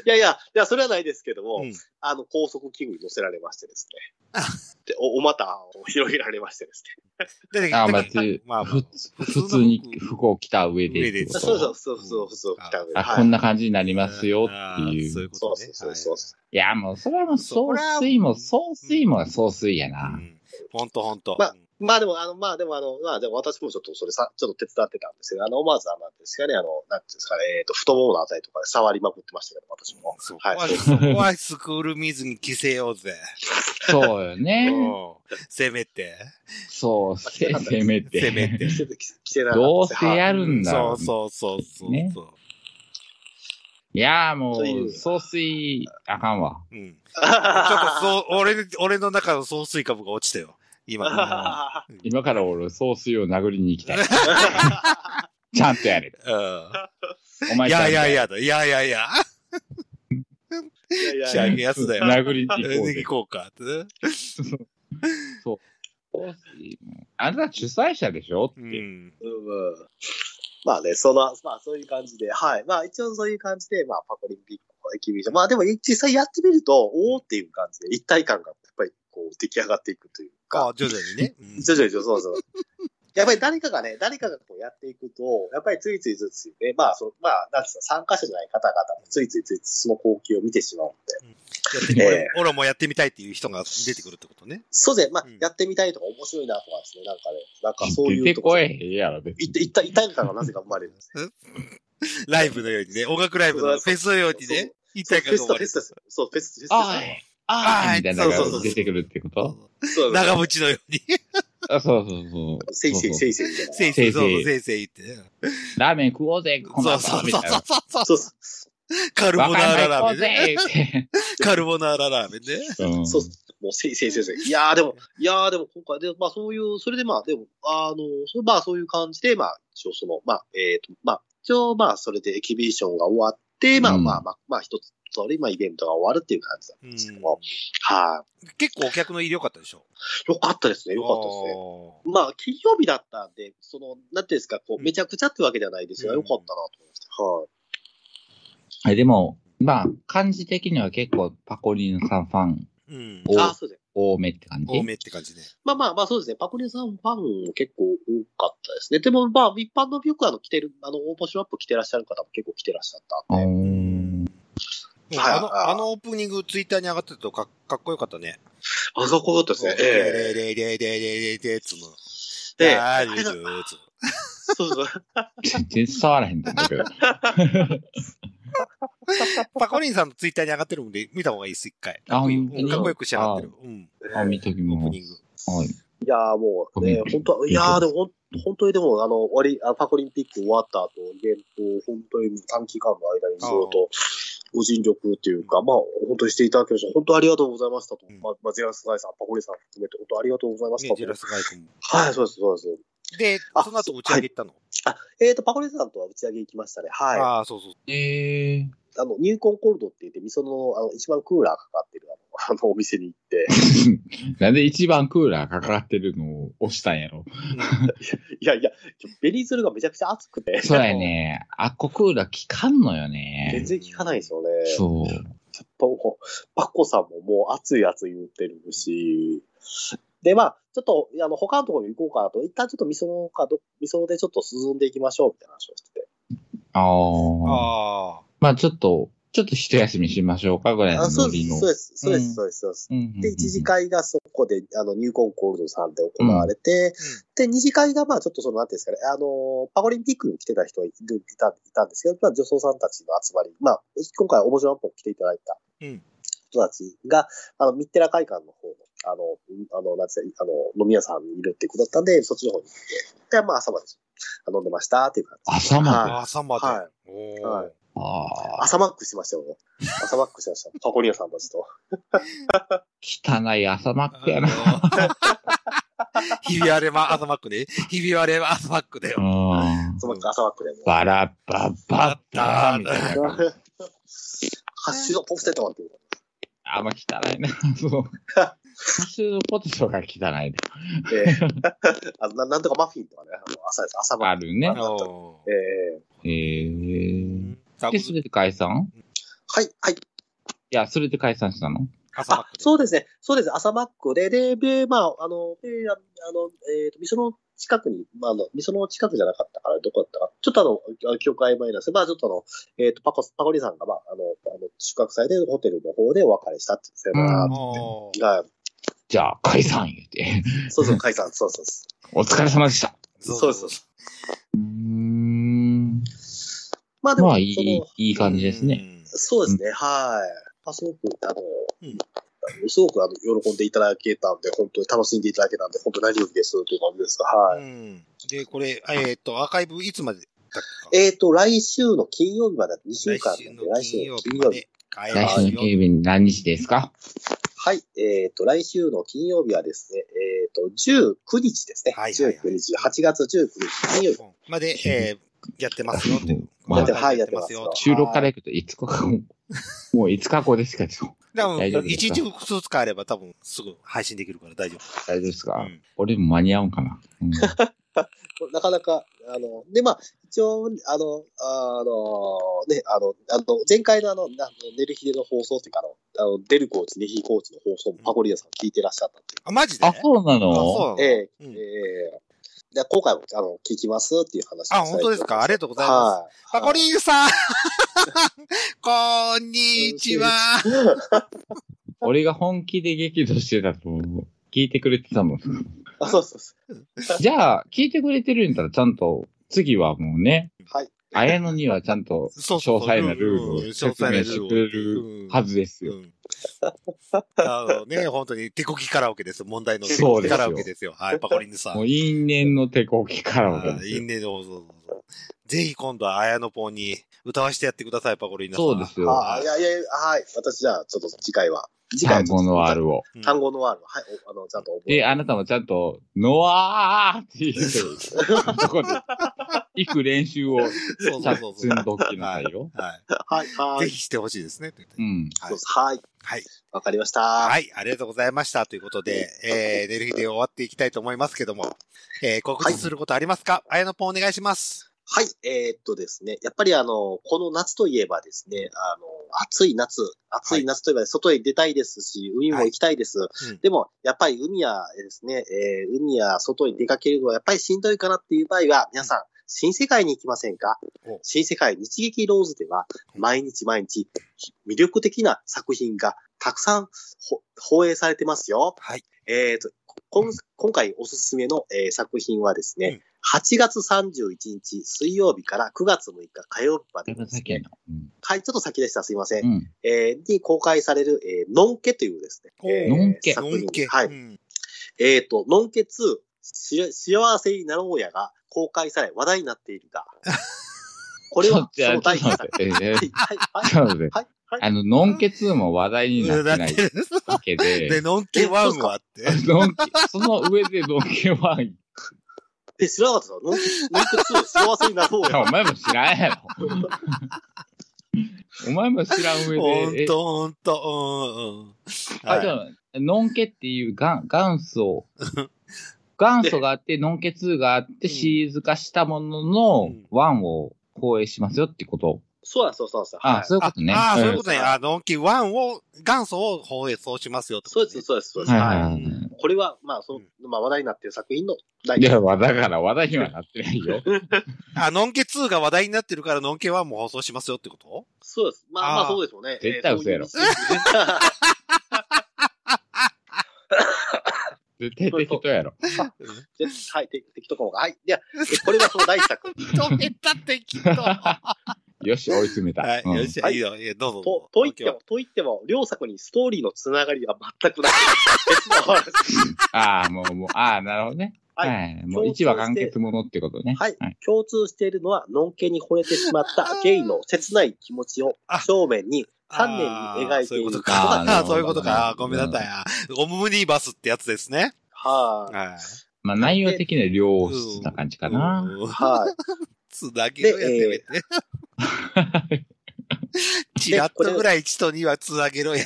Speaker 3: やいや、いや、それはないですけども、
Speaker 1: うん
Speaker 3: あの、高速器具に乗せられましてですね。で、お、お股を広げられましてですね。
Speaker 1: 出てき
Speaker 2: あ
Speaker 1: た
Speaker 2: ーまあつ
Speaker 1: まあ、ま
Speaker 2: ふつ
Speaker 1: 普通の
Speaker 2: 普通に服を着た上でって
Speaker 1: そ
Speaker 2: こ
Speaker 1: う
Speaker 3: そう
Speaker 2: と。
Speaker 3: そうそうそうそう、来たんで。
Speaker 2: あ、
Speaker 3: はい
Speaker 2: こんな感じになりますよって
Speaker 1: あ
Speaker 2: い
Speaker 1: ーそういう
Speaker 2: う。
Speaker 1: こ
Speaker 3: そ
Speaker 1: と
Speaker 3: う
Speaker 1: ね。
Speaker 3: そうそうそう。
Speaker 2: いや、もう、それはもう、
Speaker 1: そ
Speaker 2: 総
Speaker 1: う
Speaker 2: 水も、総水も総水や
Speaker 1: はい
Speaker 2: な
Speaker 1: う。んほんとほんと。
Speaker 3: まあまあでも、あの、まあでも、あの、まあでも私もちょっとそれさ、ちょっと手伝ってたんですけど、あの、思わずあのなんていうんですかね、あの、なんていうんですかね、えっ、と、太もものあたりとかで触りまくってましたけど、私も。
Speaker 1: そこ
Speaker 3: は。、
Speaker 1: はいそこはスクール水着着せようぜ。
Speaker 2: そうよね。
Speaker 1: うんせめて。
Speaker 2: そう、せ、せめて。
Speaker 1: せめて。
Speaker 3: 着てなか
Speaker 2: どう
Speaker 3: ったです
Speaker 2: せやるんだ
Speaker 1: そ
Speaker 2: ろ
Speaker 1: うそうそうそう。
Speaker 2: ねいやーも
Speaker 3: という
Speaker 2: う、総水、あかんわ。
Speaker 1: うん。ちょっと
Speaker 3: はい。
Speaker 1: そう、俺、俺の中の総水株が落ちたよ。今。
Speaker 2: 今から俺、総水を殴りに 行きたい。ちゃんとやれ。
Speaker 1: う
Speaker 2: お
Speaker 1: ん。
Speaker 2: 前
Speaker 1: い
Speaker 2: ちゃん
Speaker 1: や
Speaker 2: と
Speaker 1: いやいやだ、
Speaker 2: れ。
Speaker 1: いやいやいや。
Speaker 3: いやい
Speaker 1: ちゃ
Speaker 3: や
Speaker 1: ん
Speaker 3: い
Speaker 1: とやつだよ
Speaker 2: 殴りに行 こ
Speaker 1: 行
Speaker 2: うぜ。
Speaker 1: こうかってね。
Speaker 2: 総帥あなた主催者でしょっ
Speaker 1: う
Speaker 2: て。
Speaker 1: ん。
Speaker 3: うんうんまあね、その、まあそういう感じで、はい。まあ一応そういう感じで、まあパコリンピックのエキビション。まあでも実際やってみると、おおっていう感じで、一体感がやっぱりこう出来上がっていくというか。
Speaker 1: あ、徐々にね。うん
Speaker 3: 徐々に徐々にそうそう。やっぱり誰かがね、誰かがこうやっていくと、やっぱりついついついついね、まあ、そのまあ、なんつうの、参加者じゃない方々もついついついついその光景を見てしまうので、
Speaker 1: や ってみ
Speaker 3: ええ
Speaker 1: 俺俺もやってみたいっていう人が出てくるってことね。
Speaker 3: そうですね、まあ
Speaker 1: うん、
Speaker 3: やってみたいとか面白いなとかですね、なんかね、なんかそう
Speaker 2: 出
Speaker 3: いう
Speaker 2: て
Speaker 3: と
Speaker 2: こ
Speaker 3: こ。
Speaker 2: えへんやろ、別
Speaker 3: い
Speaker 2: に。
Speaker 3: 一体、一体感がなぜか生まれるんですね。
Speaker 1: ライブのようにね、音楽ライブのフェスのように
Speaker 3: そうそ
Speaker 1: ね
Speaker 3: う、
Speaker 1: 一
Speaker 3: そう
Speaker 1: 体
Speaker 3: フェ
Speaker 1: 感が
Speaker 3: ス
Speaker 1: 生
Speaker 3: タ、フ
Speaker 1: ま
Speaker 3: ェ
Speaker 1: れ
Speaker 3: スタ、そう、フェス、フェスタ。
Speaker 2: あい、あ
Speaker 1: あー
Speaker 2: い、みたいなの
Speaker 1: そうそうそう
Speaker 2: が出てくるってこと
Speaker 3: そう、
Speaker 1: 長渕のように、
Speaker 2: あそうそうそう。
Speaker 3: せいせいせいせいみたいな。
Speaker 1: せいせい、そうそう、せいせい言ってね。
Speaker 2: ラーメン食おうぜ、
Speaker 1: そう
Speaker 2: この
Speaker 1: そ
Speaker 2: 後
Speaker 1: うそう
Speaker 2: み
Speaker 1: そ
Speaker 2: た
Speaker 1: う
Speaker 2: いな。
Speaker 1: そうそ。
Speaker 3: そううそう
Speaker 1: カルボ
Speaker 2: バ
Speaker 1: ナ
Speaker 2: カ
Speaker 1: ーラ
Speaker 2: な
Speaker 1: ラ
Speaker 2: 行こ
Speaker 1: ー
Speaker 2: う
Speaker 1: メンね。
Speaker 2: ぜって。
Speaker 1: カルボナーララーメンね。
Speaker 2: うん
Speaker 3: そうもうせいせいせいせい。いやーでも、いやーでも今回、でまあそういう、それでまあでも、あの、そうまあそういう感じで、まあ一応その、まあ、えっ、と、まあ一応まあそれでエキビションが終わって、まあ
Speaker 2: うん
Speaker 3: まあまあ、まあ一つとり、まあイベントが終わるっていう感じだった
Speaker 1: うんん
Speaker 3: ですけども、は
Speaker 1: 結構お客の入り良かったでしょ
Speaker 3: い。よかったですね、よかったですね。まあ金曜日だったんで、その、なんていうんですか、こ
Speaker 1: う
Speaker 3: う、
Speaker 1: ん
Speaker 3: めちゃくちゃってわけじゃないですが、
Speaker 1: うん
Speaker 3: よかったなと思いました。はい。
Speaker 2: はい、でも、まあ、感じ的には結構パコリンさんファン
Speaker 1: ですね。
Speaker 2: お
Speaker 3: あ、そうですね。
Speaker 2: 多めって
Speaker 1: う
Speaker 2: 感
Speaker 1: ん。多
Speaker 2: じ
Speaker 1: めって感じね。
Speaker 3: まあまあまあそうですね。パクリンさんファンも結構多かったですね。でもまあ一般のよくあの着てる、あの応募ショップ着てらっしゃる方も結構着てらっしゃったんで。
Speaker 2: う
Speaker 1: うん
Speaker 3: はい
Speaker 1: あの、
Speaker 3: あー
Speaker 1: あのオープニングツイッターに上がってたとかかっこよかったね。
Speaker 3: あ、そこだったですね。
Speaker 1: レ
Speaker 3: え
Speaker 1: レレレレレレつの。
Speaker 3: えで、
Speaker 1: あーつの
Speaker 3: そうそう。
Speaker 2: 全然伝わらへんと思う けど。
Speaker 1: パコリンさんのツイッターに上がってるんで、見た方がいいです、一回。か
Speaker 2: あ
Speaker 1: っこいい
Speaker 2: 本当に
Speaker 1: かっこよく仕上がってる。うん。
Speaker 2: あ、見とき
Speaker 1: オープ
Speaker 2: ま
Speaker 1: ニン
Speaker 2: す。
Speaker 1: グ。
Speaker 2: はい。
Speaker 3: いやーもうね
Speaker 2: ごめ、ん
Speaker 3: 本当はいやーでも本本当にでも、あの、終わり、あパコリンピック終わった後、イベント、本当に短期間の間にずっと、ご尽力っていうか、まあ、本当にしていただきました。本当ありがとうございましたと。
Speaker 1: うん
Speaker 3: まあ、まあ、ゼラスガイさん、パコリンさん含めて、本当ありがとうございまし
Speaker 1: ね
Speaker 3: た
Speaker 1: ジェ
Speaker 3: と
Speaker 1: ラ。スガイ君も。
Speaker 3: はい、そうです、そうです。
Speaker 1: で、
Speaker 3: あ
Speaker 1: その後打ち上げ行ったの。
Speaker 3: あ、えっ、と、パコリンさんとは打ち上げ行きましたね。はい。
Speaker 1: ああ、そうそう。
Speaker 2: ええ
Speaker 3: あの、ニューコンコルドって言って、みその、あの、一番クーラーかかってる、あの、あのお店に行って、
Speaker 2: なんで一番クーラーかかってるのを押したんやろ。
Speaker 3: いやいや、ベリーズルがめちゃくちゃ熱くて、
Speaker 2: そうやね。あっこクーラー効かんのよ
Speaker 3: 全
Speaker 2: ね。
Speaker 3: 然効かないんですよね。
Speaker 2: そう。
Speaker 3: やっぱもうパッコさんももう熱い熱い言ってるし、で、まあ、ちょっと、あの、他のところに行こうかなと、一旦ちょっとみそのかど、みそのでちょっと進んでいきましょうみたいな話をしてて。
Speaker 2: ああ。
Speaker 1: ああ。
Speaker 2: まあちょっと、ちょっと一休みしましょうかぐらいの
Speaker 3: あそ
Speaker 2: ノ
Speaker 3: うで
Speaker 2: リの。
Speaker 3: す、そうです、そうで
Speaker 2: う
Speaker 3: す、
Speaker 2: ん
Speaker 3: そうです、そうです。
Speaker 2: うんうんうん
Speaker 3: で、一次会がそこで、あの、ニューコンコールドさんで行われて、で、二次会が、まあ、ちょっとその、なんていうんですかね、あの、パコリンピックに来てた人がいるいたいたんですけど、まあ、女装さんたちの集まり、まあ、今回、面白いポン来ていただいた
Speaker 1: うん
Speaker 3: 人たちが、あの、ミッテラ会館の方の、あの、うんあの、なんていうんですか、あの、飲み屋さんにいるってことだったんで、そっちの方に行って、で、まあ、朝まであ飲んでました、っていう感じ。
Speaker 2: 朝まで。
Speaker 3: は
Speaker 1: 朝まで。
Speaker 3: はい
Speaker 1: おー
Speaker 3: はい
Speaker 2: ああ。
Speaker 3: 朝マックしてましたよね。朝マックしてました。パコリアさんたちと。
Speaker 2: 汚い朝マックやな。
Speaker 1: な。ひび割れま、朝マックね。ひび割れま、朝マックだ
Speaker 2: う
Speaker 1: よ。
Speaker 2: ん。
Speaker 3: 朝マック、朝マックで。
Speaker 2: バラババダーみた いな。
Speaker 3: ハッシュドポテトマンっていう。
Speaker 2: あんま汚いな。 そう。ハッシュドポテトが汚いな。
Speaker 3: ええあのななんとかマフィンとかね、あの朝です、朝マ
Speaker 2: あ
Speaker 3: ック。
Speaker 2: るね。
Speaker 1: お
Speaker 3: ええ
Speaker 2: へえ
Speaker 1: ーさあ
Speaker 2: で、それで解散
Speaker 3: はい、はい。
Speaker 2: いや、それで解散したの
Speaker 1: 朝マッ
Speaker 3: あ
Speaker 1: ク、で。
Speaker 3: そうですね。そうです。朝マックで、で、で、まあ、あの、で、ああの、えっ、と、味噌の近くに、まあ、あの、味噌の近くじゃなかったから、どこだったか。ちょっとあの、記憶曖昧なんですけど、まあ、ちょっとあの、えっ、と、パコ、パコリさんが、まあ、あの、あの宿泊祭でホテルの方でお別れしたって言ってた
Speaker 2: う
Speaker 3: な、
Speaker 1: おー
Speaker 3: が、
Speaker 2: じゃあ、解散言うて。
Speaker 3: そうそう、解散、そうそうそう。
Speaker 2: お疲れ様でした。
Speaker 3: そうそうそう
Speaker 2: ーん。
Speaker 3: まあ、でも、
Speaker 2: まあ、い
Speaker 3: その
Speaker 2: い、いい感じですね。。
Speaker 3: そうですね、はい。まあ、すごく、あの、
Speaker 1: うん
Speaker 3: あのすごくあの喜んでいただけたんで、本当に楽しんでいただけたんで、本当何よりですという感じです。
Speaker 1: う
Speaker 3: はい。
Speaker 1: ん。で、これ、えっと、アーカイブいつまでだっけか
Speaker 3: えっ、と、来週の金曜日まで2週間
Speaker 1: 来
Speaker 3: な
Speaker 1: 週
Speaker 3: ん
Speaker 1: の
Speaker 3: で、来週
Speaker 1: 金
Speaker 3: の
Speaker 1: 曜
Speaker 3: 金
Speaker 1: 日
Speaker 3: 曜
Speaker 1: ま
Speaker 3: 日。
Speaker 1: で。来
Speaker 2: 来週の金曜日に何日ですか
Speaker 3: はい。えっ、と、来週の金曜日はですね、えっ、と、19日ですね。
Speaker 1: はいはいはい
Speaker 3: 19日、8月19日、金曜日。
Speaker 1: まで、えーやってますよっていう。
Speaker 2: まあ
Speaker 3: やってはいやってます
Speaker 1: よ。
Speaker 2: 収録から行くと5日後、もう5日後ですけど、
Speaker 1: でも、
Speaker 2: 大丈夫です
Speaker 1: 一
Speaker 2: か
Speaker 1: 日数日あれば多分すぐ配信できるから大丈夫。
Speaker 2: 大丈夫ですか、
Speaker 1: うん
Speaker 2: 俺も間に合うんかな、うん
Speaker 3: なかなか、あの、で、まあ、一応、あの、あの、ね、あの、あの前回のあの、なあの寝る日での放送っていうか、あの、あのデルコーチ、ネヒコーチの放送もパコリアさん聞いてらっしゃったっていう。
Speaker 1: あ、マジで
Speaker 2: あ、そうな
Speaker 1: あ
Speaker 2: の
Speaker 1: そうなの
Speaker 3: ええ
Speaker 1: うん
Speaker 3: ええで今回も、あの、聞きますっていう話をしたい
Speaker 1: あ、本当ですかありがとうございます。
Speaker 3: は
Speaker 1: パ
Speaker 3: い。
Speaker 1: コリン さんこんにちは
Speaker 2: 俺が本気で激怒してたと思う。聞いてくれてたもん。
Speaker 3: あ、そうそうそ
Speaker 2: じゃあ、聞いてくれてるんだったらちゃんと、次はもうね、
Speaker 3: う。はい。
Speaker 2: 綾野にはちゃんと
Speaker 1: そう
Speaker 2: 詳
Speaker 1: そう
Speaker 2: 細なルール
Speaker 1: う
Speaker 2: を
Speaker 1: ん詳
Speaker 2: 説
Speaker 1: 細なル
Speaker 2: 明
Speaker 1: ールを
Speaker 2: してくれるはずですよ。
Speaker 1: うんあのね、本当に手こきカラオケですよ。問題の手
Speaker 2: そ
Speaker 1: こ
Speaker 2: うで
Speaker 1: き
Speaker 2: すよ
Speaker 1: カラオケですよ。はい、パコリンさん
Speaker 2: もう。因縁の手こきから
Speaker 1: あーいいね、どうぞどうぞ。ぜひ今度は綾野ポンに歌わしてやってください、パコリンさん。
Speaker 2: そうですよ。
Speaker 3: あ、いやいや、はい。私じゃあ、ちょっと次回は。次回
Speaker 2: 単
Speaker 3: はちょっ
Speaker 2: 語
Speaker 3: と
Speaker 2: のあ。るを。
Speaker 1: うん。
Speaker 3: 単語のある。はい。おあの、ちゃんと覚え
Speaker 2: で、あなたもちゃんと、ノアーって言 うとこで、行く練習を
Speaker 1: そう
Speaker 2: ち
Speaker 1: そ
Speaker 2: ゃ
Speaker 1: うんそう
Speaker 2: と
Speaker 1: そう。
Speaker 2: 積んどきなさいよ。
Speaker 1: は
Speaker 3: はい。
Speaker 1: い。
Speaker 3: は
Speaker 1: ぜ
Speaker 3: い。
Speaker 1: ひしてほしいですね。という
Speaker 2: う
Speaker 1: ことで
Speaker 2: ん。
Speaker 3: そうですはい。
Speaker 1: はい。
Speaker 3: わかりました。
Speaker 1: はい。ありがとうございました。ということで、えー、寝る日で終わっていきたいと思いますけども、えー、告知することありますか綾野ポンお願いします。
Speaker 3: はい、えーっとですね、やっぱりあの、この夏といえばですね、あの、暑い夏、暑い夏といえば外へ出たいですし、海も行きたいです。
Speaker 1: うん
Speaker 3: でも、やっぱり海やですね、えー海や外に出かけるのはやっぱりしんどいかなっていう場合は、皆さん、新世界に行きませんか
Speaker 1: お
Speaker 3: 新世界日劇ローズでは、毎日毎日、魅力的な作品がたくさんほ放映されてますよ。
Speaker 1: はい。
Speaker 3: えーと、こん今回おすすめの、えー作品はですね、
Speaker 1: うん
Speaker 3: 8月31日水曜日から9月6日火曜日ま
Speaker 2: だ
Speaker 3: で
Speaker 2: いぶ
Speaker 3: です
Speaker 2: 先や
Speaker 3: ね、
Speaker 2: な。うん
Speaker 3: はい、ちょっと先でした、すいません。
Speaker 2: うん。
Speaker 3: えーに公開される、えーのんけというですね、えー
Speaker 2: のんけ
Speaker 3: 作
Speaker 1: のん
Speaker 3: 品
Speaker 1: け。
Speaker 3: はい。
Speaker 1: うん
Speaker 3: えっ、と、のんけ2、し幸せになろうやが公開され話題になっている が、これは
Speaker 2: ち
Speaker 3: そ
Speaker 2: ょ
Speaker 3: の
Speaker 2: っと
Speaker 3: 第
Speaker 2: 待
Speaker 3: 一弾。
Speaker 2: っ
Speaker 3: は
Speaker 2: て、えー
Speaker 3: い、はい、はい
Speaker 2: ちょっと待っ。て
Speaker 3: はいはい
Speaker 2: あの、ノンケ2も話題になって
Speaker 1: な
Speaker 2: な
Speaker 1: っ
Speaker 2: い
Speaker 1: てる
Speaker 2: わけ
Speaker 1: で、
Speaker 2: で、
Speaker 1: ノンケワンはあって。
Speaker 2: ノンケ、その上でノンケ1、い
Speaker 3: え、知らなかったぞ。ノンケノンケ2幸せになろうや
Speaker 2: や、お前も知らんやろ。 お前も知らん
Speaker 1: ほ
Speaker 2: 上で、
Speaker 1: ん
Speaker 2: え
Speaker 1: と、ほんと、うんうん。
Speaker 2: あ、
Speaker 1: は
Speaker 2: じ
Speaker 1: い。
Speaker 2: ゃあ、ノンケっていう元元 祖、元祖があって、ノンケ2があって、シリーズ化したもの
Speaker 1: う
Speaker 2: の
Speaker 1: ん、
Speaker 2: 1を放映しますよってこと。
Speaker 3: そうなんですよ、そうなんですよ。は
Speaker 2: あ
Speaker 3: い、
Speaker 2: そういう
Speaker 1: あ
Speaker 2: ことね。
Speaker 1: あー、そういう
Speaker 2: うん
Speaker 1: ことね。あ、ノンケワンを、元祖を放映そうしますよって
Speaker 3: そ
Speaker 1: こ
Speaker 3: う
Speaker 1: と
Speaker 3: で
Speaker 1: ね
Speaker 3: す、そうです、そうです。
Speaker 2: はい
Speaker 3: は
Speaker 2: はいいはい。
Speaker 3: これは、まあ、その、まあ、話題になっている作品の第
Speaker 2: い
Speaker 3: 一
Speaker 2: や、
Speaker 3: 弾。
Speaker 2: わだから話題にはなってないよ。
Speaker 1: あ、ノンケ2が話題になってるから、ノンケ1も放送しますよってこと
Speaker 3: そうです。まあ、
Speaker 1: あー
Speaker 3: まあ、そうですよね。
Speaker 2: 絶対嘘やろ
Speaker 3: えーそうい
Speaker 2: 絶
Speaker 3: う
Speaker 2: 対適当やろ。
Speaker 3: 意味絶はい、 敵敵とかもが。はい。では、えこれはその第一作。
Speaker 1: 認めたってきっと。は
Speaker 2: よし、追い詰めた。
Speaker 1: い、よっ
Speaker 2: う
Speaker 1: しゃ、いいよ、いいよどうぞ。
Speaker 3: と、と言って
Speaker 1: ノン
Speaker 3: も、と言っても、両作にストーリーのつながりが全くない。別の話
Speaker 2: んああ、もう、もう、ああ、なるほどね。
Speaker 3: はい
Speaker 2: はい。もう一話完結ものってことね。
Speaker 3: はい。共通しているのは、のんけに惚れてしまったゲイの切ない気持ちを正面に、
Speaker 1: ケワン
Speaker 3: 丹
Speaker 1: は
Speaker 3: 念に描いている
Speaker 1: あーそういうこと
Speaker 2: あ
Speaker 1: か。
Speaker 2: ー
Speaker 1: そういうことか
Speaker 2: なる。
Speaker 1: ご
Speaker 2: ほどね
Speaker 1: めんなさい。あオムニバスってやつですね。
Speaker 3: はい、
Speaker 1: は
Speaker 2: まあ、内容的には良質な感じ
Speaker 1: い。
Speaker 2: かな。
Speaker 1: うん。
Speaker 3: はい、
Speaker 1: つなげようや、せ
Speaker 3: で
Speaker 1: めて。 チラッとぐらい1と2はつなげろや。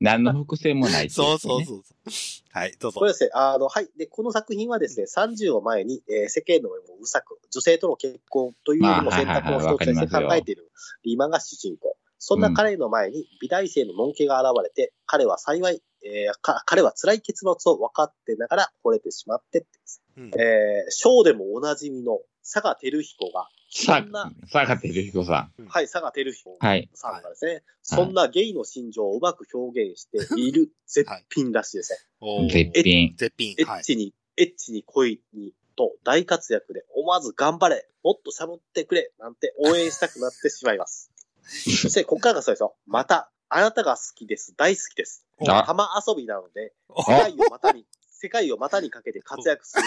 Speaker 2: 何の伏線もないってい
Speaker 1: そう
Speaker 2: ね
Speaker 1: そうそうそう。はい、どうぞ
Speaker 3: これ。ですね、あの、はい。で、この作品はですね、30を前に、えー世間の目もうさく、女性との結婚というよりも
Speaker 2: まあ
Speaker 3: 選択を
Speaker 2: はいはいはい
Speaker 3: 一つとして考えているリーマンが主人公。そんな彼の前に美大生ののんけが現れて、彼は幸い、えーか彼は辛い結末を分かってながら惚れてしまってってです
Speaker 1: う
Speaker 3: ね、
Speaker 1: ん
Speaker 3: えーショーでもおなじみの佐賀照彦が、
Speaker 2: さ
Speaker 3: そんな、
Speaker 2: 坂手照彦さ
Speaker 3: はい、佐賀照彦
Speaker 2: ん。はい。
Speaker 3: さんがですね、そんなゲイの心情をうまく表現して いる絶品らしいですね。
Speaker 1: おー
Speaker 2: 絶品。
Speaker 1: 絶品。
Speaker 3: エ
Speaker 1: は
Speaker 3: ッ
Speaker 1: い。
Speaker 3: チに、エッチに恋にと大活躍で思わず頑張れ、もっとしゃぶってくれ、なんて応援したくなってしまいます。そして、ここからがそうですよ。また、あなたが好きです、大好きです。
Speaker 2: あ
Speaker 3: 玉遊びなので、
Speaker 1: お
Speaker 3: 世界を股に、世界を股にかけて活躍する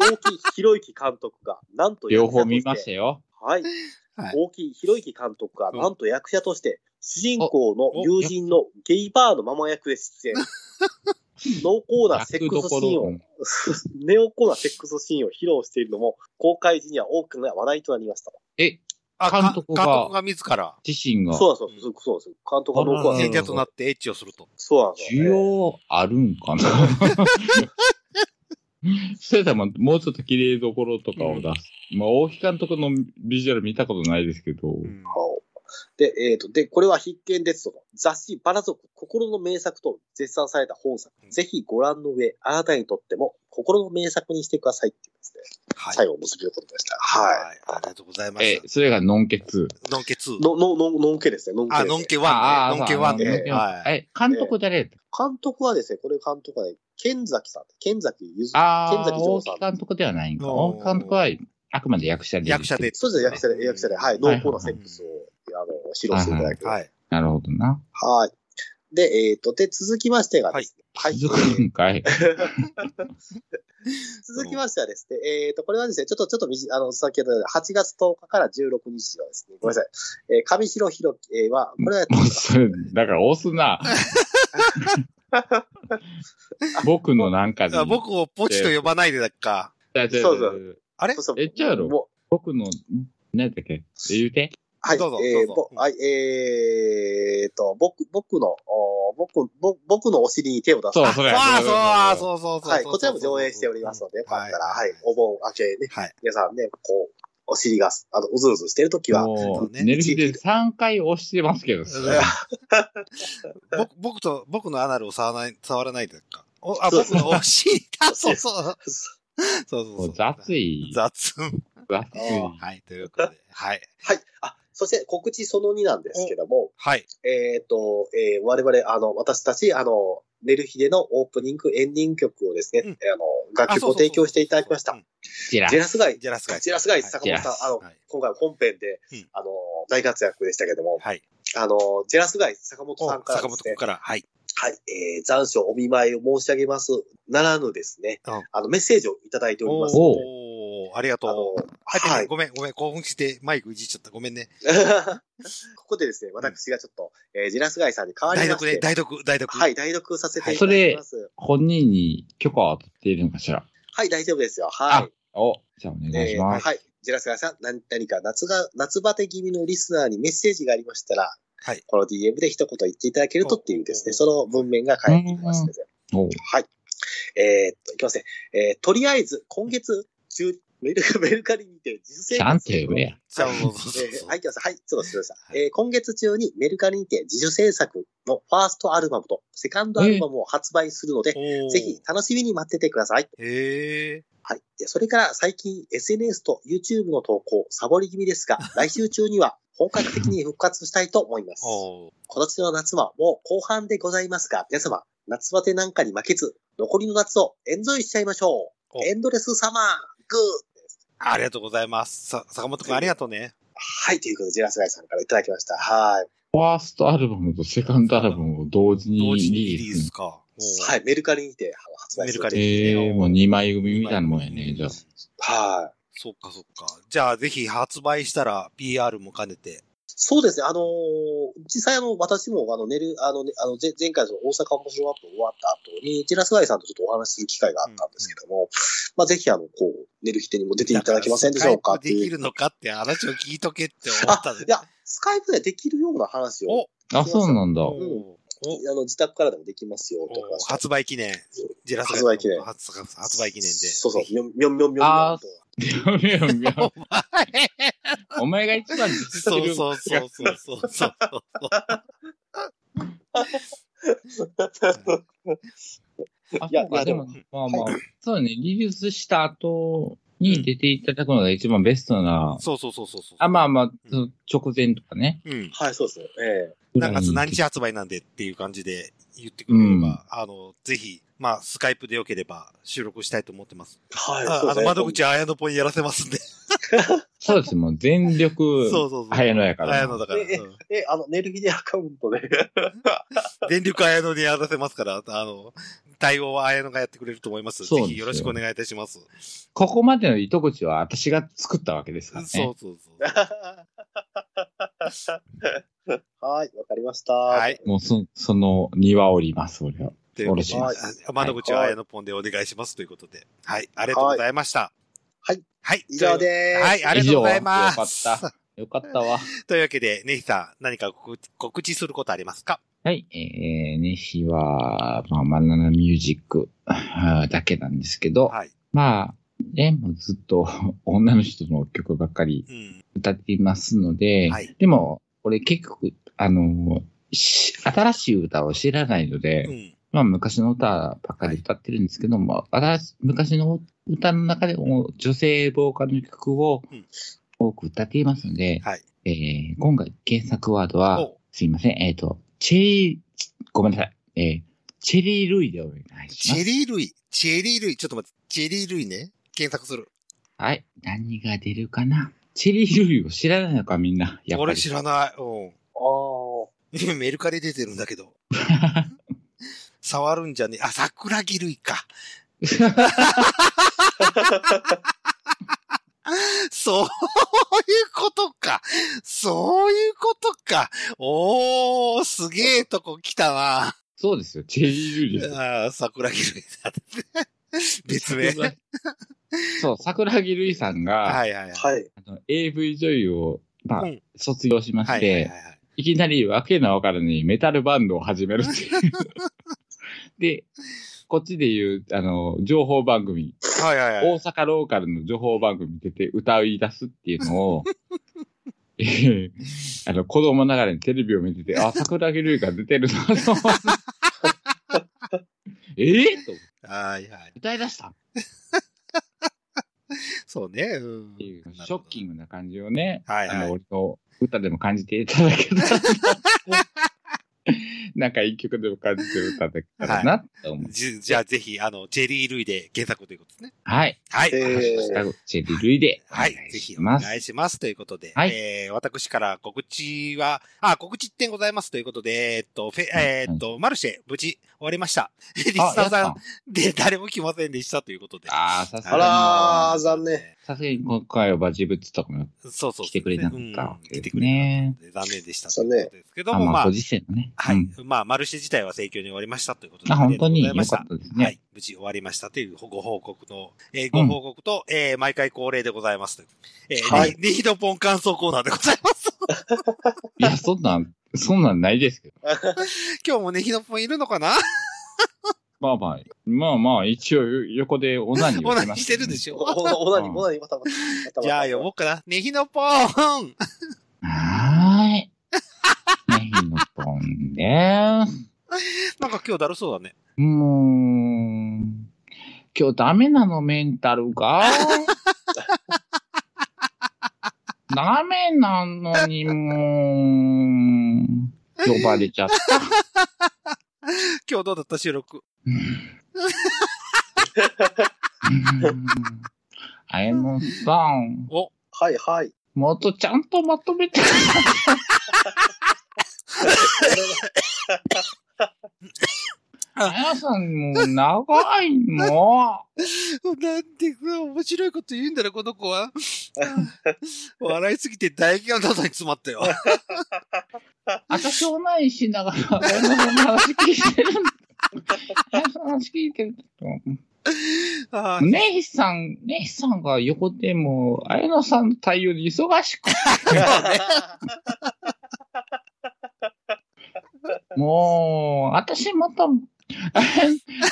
Speaker 3: 大木博之監督が、なんと
Speaker 2: 両方見まし
Speaker 3: す
Speaker 2: たよ。
Speaker 3: はい。
Speaker 1: はい
Speaker 3: 大木博之監督が、
Speaker 1: うん
Speaker 3: なんと役者として、主人公の友人のゲイバーのママ役で出演。濃厚なセックスシーンを、
Speaker 2: 役どこ
Speaker 3: ネオコーなセックスシーンを披露しているのも、公開時には多くの話題となりました。
Speaker 2: え、
Speaker 1: あか
Speaker 2: 監督が
Speaker 1: 監督が自ら
Speaker 2: 自身が
Speaker 3: そうなんですよ。そうなんですよ。監督が濃厚な
Speaker 2: うん
Speaker 3: セッ
Speaker 1: 演
Speaker 3: クス
Speaker 1: 者となってエッチをすると。
Speaker 3: そうなんです
Speaker 2: 需
Speaker 3: よ、ね。
Speaker 2: 要あるんかな それとも、もうちょっと綺麗どころとかを出す。まあ、大木監督のビジュアル見たことないですけど、
Speaker 1: うん
Speaker 3: で、えっ、と、で、これは必見ですと。雑誌、バラ族、心の名作と絶賛された本作。
Speaker 1: うん
Speaker 3: ぜひご覧の上、あなたにとっても心の名作にしてくださいっていうですね。
Speaker 1: はい
Speaker 3: 最後を結びのことでした。は
Speaker 1: はい。ありがとうございま
Speaker 2: え
Speaker 1: す、。
Speaker 2: それがノンケ2。
Speaker 1: ノンケ2
Speaker 3: い。。の、の、の、のんけですね。のんけです
Speaker 1: あ、
Speaker 3: ね、
Speaker 1: ノンケ
Speaker 2: あ
Speaker 1: 1
Speaker 2: あ
Speaker 1: ね。ノンケ1
Speaker 2: そう
Speaker 1: ね。
Speaker 2: ノン
Speaker 1: はい。
Speaker 2: え、監督誰やったっけ
Speaker 3: 監督はですね、これ監督はね、剣崎さん。剣崎ゆず。剣
Speaker 2: ああ、
Speaker 3: 崎
Speaker 2: 大
Speaker 3: 城さ
Speaker 2: 木
Speaker 3: ん。
Speaker 2: 監督ではないんか。
Speaker 1: お
Speaker 2: 大
Speaker 1: ー
Speaker 2: 木監督は、あくまで役者で。
Speaker 1: 役者で。
Speaker 3: そうですね、役者で、役者で、はい、濃
Speaker 2: はい
Speaker 3: 厚なセックスを、あの、披露していただく。
Speaker 1: はい。
Speaker 2: なるほどな。
Speaker 3: はい。で、えっ、と、で、続きましてがですね、はい。
Speaker 2: 続くんかい。
Speaker 3: 続きましてはですね、えっ、と、これはですね、ちょっと、ちょっとみじ、あの、先ほど、8月10日から16日はですね、ごめんなさい、えー、上白ひろきえーは、これは、
Speaker 2: もうそれ、だから押すな。僕のなんかに
Speaker 1: あ僕をポチと呼ばないでだっか。
Speaker 2: 違う違う違う
Speaker 3: そうそう
Speaker 1: あれ
Speaker 3: そうそう
Speaker 2: えっちゃうやろ
Speaker 3: もう
Speaker 2: 僕の、何だっけ言うて。
Speaker 3: はい、
Speaker 1: どうぞ
Speaker 3: えー
Speaker 1: どうぞ
Speaker 3: ぼはい、えー、と、僕、僕の、おー僕、僕僕のお尻に手を出す。
Speaker 2: そう、それ。
Speaker 1: ああ、
Speaker 2: う。
Speaker 1: そうそうそうそうそうそう。
Speaker 3: はい、こちらも上映しておりますので、よかったら、はい、お盆明けね、
Speaker 1: はい。
Speaker 3: 皆さんね、こう、お尻が、あの、うずうずしてるときは、
Speaker 1: そ
Speaker 2: も
Speaker 1: う
Speaker 2: う、
Speaker 1: ね
Speaker 2: 寝る日で3回押してますけど。
Speaker 1: 僕、僕と、僕のアナルを触らない、触らないでだっか。おあ、
Speaker 3: そう
Speaker 1: 僕のお 尻だ。そ
Speaker 3: そう
Speaker 1: うそう。そうそう
Speaker 2: も
Speaker 1: そう
Speaker 2: う。雑い。
Speaker 1: 雑。
Speaker 2: 雑い。
Speaker 3: あ
Speaker 1: はい、ということで。はい。
Speaker 3: はい。あ、そして告知その2なんですけども、
Speaker 1: はい。
Speaker 3: えっ、と、えー我々、あの、私たち、あの、寝る日でのオープニング、エンディング曲をですね、
Speaker 1: うん
Speaker 3: あの、楽曲を提供していただきました。
Speaker 1: うん
Speaker 2: ジェラ
Speaker 3: ジェラスガイ、
Speaker 1: ジェラスガイ。
Speaker 3: ジェラスガイ、
Speaker 1: はい
Speaker 3: 坂本さん、あの、
Speaker 1: はい
Speaker 3: 今回本編で、
Speaker 1: うん
Speaker 3: あの、大活躍でしたけども、
Speaker 1: はい。
Speaker 3: あの、ジェラスガイ、坂本さんから
Speaker 1: 坂
Speaker 3: で
Speaker 1: 本
Speaker 3: す
Speaker 1: 君
Speaker 3: ね、
Speaker 1: から。はい。
Speaker 3: はい、えー、残暑お見舞いを申し上げます。ならぬですね、
Speaker 1: うん
Speaker 3: あの、メッセージをいただいておりますので、
Speaker 1: おーありが
Speaker 3: あ
Speaker 1: とう。
Speaker 3: の、
Speaker 1: は、
Speaker 3: はいい。
Speaker 1: ごめん、ごめん、興奮してマイクいじっちゃった。ごめんね。
Speaker 3: ここでですね、私がちょっと、えー、ジラスガイさんに代わ
Speaker 1: 代
Speaker 3: りまし
Speaker 1: 読
Speaker 3: て、
Speaker 1: ね、代読、代読。。
Speaker 3: はいい、代読させていただきます。
Speaker 2: 本人に許可を取っているのかしら。
Speaker 3: はい、大丈夫ですよ。はい。
Speaker 2: お、じゃあお願いします。
Speaker 3: はい。ジェラスガーさん、何何か夏が、夏バテ気味のリスナーにメッセージがありましたら、
Speaker 1: はい
Speaker 3: この DM で一言言っていただけるとっていうですね、その文面が返ってきますので。
Speaker 2: お
Speaker 3: はい。えーっと、いきますね。えーとりあえず、今月中、メルカメルカリにて実
Speaker 2: ち
Speaker 3: 践
Speaker 2: ゃんと呼べや。
Speaker 1: じゃあ、そうそうそう
Speaker 3: え
Speaker 1: そ
Speaker 3: ー
Speaker 1: う。
Speaker 3: はい、いきます。はい、ちょっと失礼しました。
Speaker 1: は
Speaker 3: えー今月中にメルカリにて自主制作のファーストアルバムとセカンドアルバムを発売するので、
Speaker 1: おー
Speaker 3: ぜひ。楽しみに待っててください。
Speaker 1: へえ。
Speaker 3: はい。でそれから最近 SNS と YouTube の投稿、サボり気 味ですが、来週中には本格的に復活したいと思います。
Speaker 1: おー
Speaker 3: 今年の夏はもう後半でございますが、皆様、夏バテなんかに負けず、残りの夏をエンジョイしちゃいましょ
Speaker 1: お
Speaker 3: う。エンドレスサマー、グー
Speaker 1: ありがとうございます。さ、坂本くんありがとうね。
Speaker 3: はい、ということで、ジェラスガイさんからいただきました。はい。
Speaker 2: ファーストアルバムとセカンドアルバムを同時に
Speaker 1: 同時にリ
Speaker 2: リ
Speaker 1: リ
Speaker 2: リ
Speaker 1: ー
Speaker 2: ース
Speaker 1: ス。か。。
Speaker 3: はいい、メルカリにて発売
Speaker 1: メ
Speaker 3: する
Speaker 1: ルカ
Speaker 3: と
Speaker 1: リ
Speaker 3: いう。
Speaker 2: ええもう2枚組みたいなもんやね、じゃあ。
Speaker 3: はい。
Speaker 1: そっかそっか。じゃあ、ぜひ発売したら PR も兼ねて。
Speaker 3: そうですね、あのー実際あの、私も、あの、寝る、あの、ね、あの、ぜ前回、その、大阪面白マップ終わった後に、ジェラスガイさんとちょっとお話しする機会があったんですけども、まあ、ぜひ、あの、こう、寝る日手にも出ていただけませんでしょうか
Speaker 1: だ
Speaker 3: っ
Speaker 1: ら
Speaker 3: て
Speaker 1: スカイプで
Speaker 3: い
Speaker 1: き
Speaker 3: う。
Speaker 1: るのかって話を聞いとけって思っ
Speaker 3: あ
Speaker 1: たの、
Speaker 3: いや、スカイプでできるような話を、
Speaker 2: あ、そうなんだ。
Speaker 1: おーお
Speaker 3: あの、自宅からでもできますよ、と
Speaker 1: お
Speaker 3: か。
Speaker 1: 発売記念。ジェラス
Speaker 3: 発売記念
Speaker 1: 発発売記念で。
Speaker 3: そうそう、みょんみょんみょんみょんみょんと。
Speaker 2: あーお
Speaker 1: はい。
Speaker 2: 前が一番実。
Speaker 1: そうそうそううそう そうそう。
Speaker 2: あ、
Speaker 3: いや
Speaker 2: そうか、
Speaker 3: いや
Speaker 2: で
Speaker 3: でも
Speaker 2: も、まあまあ、そうだね、リリースした後に出ていただくのが一番ベストな、
Speaker 1: そうそうそうそうそう。
Speaker 2: あ、まあまあ、その直前とかね。
Speaker 1: うん。
Speaker 3: はい、そうですね。ええ
Speaker 1: 何月何日発売なんでっていう感じで言ってくれれば、
Speaker 2: うん
Speaker 1: あの、ぜひ、まあ、スカイプでよければ収録したいと思ってます。
Speaker 3: はい、
Speaker 1: あ
Speaker 3: そう
Speaker 1: あの、
Speaker 3: ですね。
Speaker 1: 窓口綾野ぽにやらせますんで。
Speaker 2: そうです、もう全力、
Speaker 1: そうそうそう。
Speaker 2: 早野やから。
Speaker 1: 綾野だから。
Speaker 3: ええ
Speaker 1: うん
Speaker 3: え、あの、寝る日でアカウントで。
Speaker 1: 電力綾野にやらせますから、あの、対応は綾野がやってくれると思います。
Speaker 2: そう
Speaker 1: ぜ
Speaker 2: ですよ
Speaker 1: ひよろしくお願いいたします。
Speaker 2: ここまでの糸口は私が作ったわけですからね。
Speaker 1: そうそうそう。
Speaker 3: はい、わかりました。
Speaker 1: はい。
Speaker 2: もうそ、その庭を降ります、俺は。
Speaker 1: ということで
Speaker 2: お
Speaker 3: 願いしま、
Speaker 1: あ窓口は綾野ぽんでお願いしますということで。はい。ありがとうございました。
Speaker 3: はい。
Speaker 1: はい。
Speaker 3: 以上です。
Speaker 1: はい、ありがとうございます。
Speaker 2: 以上よかった。よかったわ。
Speaker 1: というわけで、ネヒさん、何か告知告知することありますか
Speaker 2: はい、えー、ね、日は、まあ、マナナミュージック だけなんですけど、
Speaker 1: はい。
Speaker 2: まあ、ね、もうずっと 女の人の曲ばっかり
Speaker 1: うん。
Speaker 2: 歌っていますので、
Speaker 1: はい。
Speaker 2: でも、これ結局、あの、し新しい歌を知らないので、
Speaker 1: うん。
Speaker 2: まあ昔の歌ばっかり歌ってるんですけども、新し昔の歌の中でも女性ボーカルの曲を
Speaker 1: うん
Speaker 2: 多く歌っていますので、
Speaker 1: はい。
Speaker 2: えー今回検索ワードは
Speaker 1: お、
Speaker 2: すいません、えっ、と、チェリー、ごめんなさい、えーチェリー・ルイでお願いし
Speaker 1: チ
Speaker 2: ま
Speaker 1: ェ
Speaker 2: す。
Speaker 1: リー類。チェリー類。ちょっと待って。チェリー類ね。検索する。
Speaker 2: はい、何が出るかなチェリー・ルイを知らないのかみんな、やっぱ
Speaker 1: 俺
Speaker 2: り
Speaker 1: 知。らない。うん。
Speaker 3: あー
Speaker 1: 今メルカリ出てるん だけ ど。触るんじゃねえ。あ、桜木類 か。そういうことか。そういうことか。おー、すげえとこ来たな。
Speaker 2: そうですよ、チェリー・ルイです。
Speaker 1: ああ、桜木類だって。別名。
Speaker 2: 桜 そう、桜木ルイさんが、
Speaker 1: はいはいはい。
Speaker 3: はい。
Speaker 2: あの AV 女優を、まあ
Speaker 1: うん
Speaker 2: 卒業しまして、
Speaker 1: はい
Speaker 2: い
Speaker 1: はいはいはい。
Speaker 2: きなりわけのわからないメタルバンドを始めるって いう。で、こっちでいう、あの、情報番組、
Speaker 1: はいはいはい。
Speaker 2: 大阪ローカルの情報番組出て歌い出すっていう のを、えーあの、子供ながらにテレビを見てて、あ、桜木瑠衣が出てるな と思って。えー、と思って
Speaker 1: はいはい。
Speaker 2: 歌い出したっ
Speaker 1: そうね。うん
Speaker 2: ていう、ショッキングな感じをね、
Speaker 1: はいはい
Speaker 2: あの、俺の歌でも感じていただけたらな って。なんか一曲でも感じていただけたらなって思う。
Speaker 1: じじゃあぜひ、あの、ジェリー類で検索ということですね。
Speaker 2: はい。
Speaker 1: はい。
Speaker 3: えー
Speaker 1: わかりまし
Speaker 2: ハッシ
Speaker 1: た
Speaker 2: ュタグチェリルイでお
Speaker 1: は
Speaker 2: 願
Speaker 1: い。
Speaker 2: い
Speaker 1: ぜひ
Speaker 2: し
Speaker 1: お
Speaker 2: ま
Speaker 1: 願
Speaker 2: す。
Speaker 1: いします。ということで、
Speaker 2: はい
Speaker 1: えー、私から告知は、あ、告知点ございますということで、えーっと、フェえーっと、マルシェ、無事終わりました。 リスナ
Speaker 2: あ、や
Speaker 1: ー
Speaker 2: った
Speaker 1: さ
Speaker 2: ん
Speaker 1: んで誰も来ませんでしたということで。
Speaker 2: あー、さすが
Speaker 3: あ
Speaker 2: に。
Speaker 3: らー、残念。
Speaker 2: さすがに今回はバジブッツとかも
Speaker 1: そうそう。
Speaker 2: 来てくれなか
Speaker 1: うん
Speaker 2: ったわけ
Speaker 1: 来
Speaker 2: で
Speaker 1: て
Speaker 2: す
Speaker 1: くれ
Speaker 2: ね。
Speaker 1: なかったので残念でした。
Speaker 3: そうね
Speaker 1: ということですけど
Speaker 2: あ、
Speaker 1: も、
Speaker 2: ま
Speaker 1: ま
Speaker 2: あ、
Speaker 1: あ
Speaker 2: ご、時世のね。
Speaker 1: は
Speaker 2: う
Speaker 1: い
Speaker 2: ん。
Speaker 1: まあ、マルシェ自体は盛況に終わりましたということで。
Speaker 2: あ、本当に
Speaker 1: ありがとうご
Speaker 2: 良
Speaker 1: ざいまし
Speaker 2: かったです
Speaker 1: は
Speaker 2: ね。
Speaker 1: い。無事終わりましたというご報告の、えー
Speaker 2: う
Speaker 1: ご
Speaker 2: ん
Speaker 1: 報告と、えー毎回恒例でございますという。えー、
Speaker 3: はい
Speaker 1: ネヒドポン感想コーナーでございます。
Speaker 2: いや、そんなん、そんなんないですけど。
Speaker 1: 今日もネヒドポンいるのかな
Speaker 2: まあまあ、まあまあ、一応横でオナニ ー
Speaker 1: オ
Speaker 2: を
Speaker 1: ナ
Speaker 2: し
Speaker 1: ニ
Speaker 2: ま
Speaker 1: ー
Speaker 2: し
Speaker 1: したて
Speaker 2: ね
Speaker 1: るでしょ
Speaker 3: おおなに、
Speaker 2: うん
Speaker 3: おなに、またまた。また
Speaker 1: じゃあ呼ぼうかな。ネヒドポン
Speaker 2: はーい。メインのポンです。
Speaker 1: なんか今日だるそうだね。
Speaker 2: うーん。今日ダメなの、メンタルが。ダメなのに、もう、呼ばれちゃった。
Speaker 1: 今日どうだった収録。
Speaker 2: うんうんあやのさん、
Speaker 1: お、
Speaker 3: はいはい。
Speaker 2: もっとちゃんとまとめて。あやさん、もう長いの。
Speaker 1: なんで、面白いこと言うんだろ、この子は。笑いすぎて唾液が喉に詰まったよ。
Speaker 2: 私、オナイしながら、あやのさんの話聞いてる。あやさんの話聞い てる。
Speaker 1: あー
Speaker 2: ネイさん、ネイさんが横でも、あやのさんの対応で忙しく、もう、私また、 あや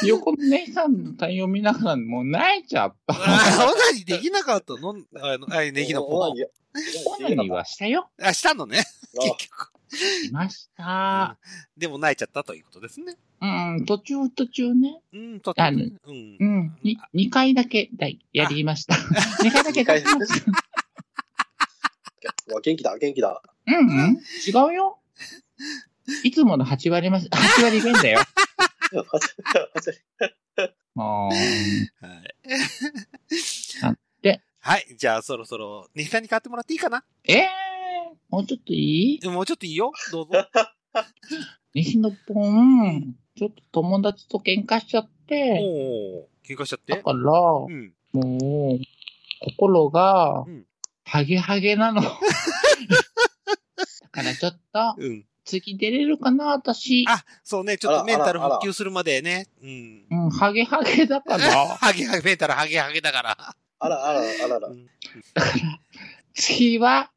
Speaker 2: 横のネイさんの対応見ながら、もう泣いちゃった。
Speaker 1: あー、オナニーできなかったのあの、あネヒド
Speaker 3: お
Speaker 1: ポ
Speaker 3: な
Speaker 1: ン。
Speaker 3: に
Speaker 2: オナニーはしたよ。
Speaker 1: あ、したのね、
Speaker 3: あ
Speaker 1: 結局。
Speaker 2: しました。
Speaker 1: でも泣いちゃったということですね。
Speaker 2: うん、途中途中ね。
Speaker 1: うん、と
Speaker 2: あ
Speaker 1: う。
Speaker 2: のうんん、に2回だけだいやりました。2回だ けだい
Speaker 3: おわ元気だ、元気だ。
Speaker 2: うんうん、違うよ。いつもの8割ま、8割減だよ。もう、
Speaker 1: はい
Speaker 2: あ。で
Speaker 1: はい、じゃあそろそろ、ネヒさんに買ってもらっていいかな
Speaker 2: ええー、もうちょっといい
Speaker 1: もうちょっといいよ、どうぞ。
Speaker 2: 西野ポン、ちょっと友達と喧嘩しちゃって、
Speaker 1: おおー、喧嘩しちゃっ
Speaker 2: だ
Speaker 1: て。
Speaker 2: から、
Speaker 1: う
Speaker 2: も
Speaker 1: ん。
Speaker 2: う、心が
Speaker 1: うん、
Speaker 2: ハゲハゲなの。だからちょっと、
Speaker 1: うん。
Speaker 2: 次出れるかな、私。
Speaker 1: あ、そうね、ちょっ
Speaker 3: あら
Speaker 1: とメンタル
Speaker 3: あらあら
Speaker 1: 復旧するまでね。うん
Speaker 2: う。ん、ハゲハゲだから、
Speaker 1: ハゲハゲ、メンタルハゲハゲだから。
Speaker 3: あらあらあらら
Speaker 1: う。ん
Speaker 2: 次は、